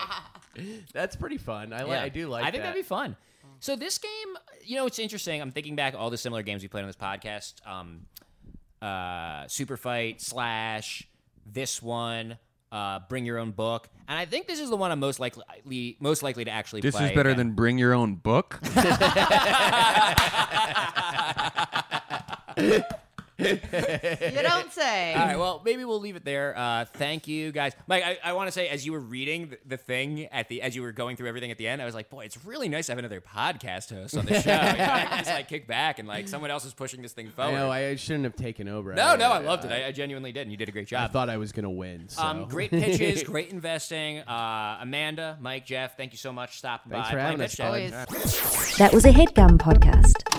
That's pretty fun. I li- I do like.
I think
that.
would be fun. So this game, you know, it's interesting. I'm thinking back all the similar games we played on this podcast. Um, uh, Super Fight slash this one. Uh, bring your own book, and I think this is the one I'm most likely most likely to actually
This
play.
is better than bring your own book.
You don't say.
All right, well, maybe we'll leave it there. Uh, thank you, guys. Mike, I, I want to say, as you were reading the, the thing at the, as you were going through everything at the end, I was like, boy, it's really nice to have another podcast host on the show. You know, I can just like kick back and like someone else is pushing this thing forward.
I know I shouldn't have taken over. uh,
No, no, I loved it. Uh, I, I genuinely did, and you did a great
I
job.
thought I was gonna win. So.
um, great pitches, great investing. Uh, Amanda, Mike, Jeff, thank you so much. for Stopping
Thanks
by.
for
Playing
having
Pitch
us,
Deck.
bud.
Always.
That was a headgum podcast.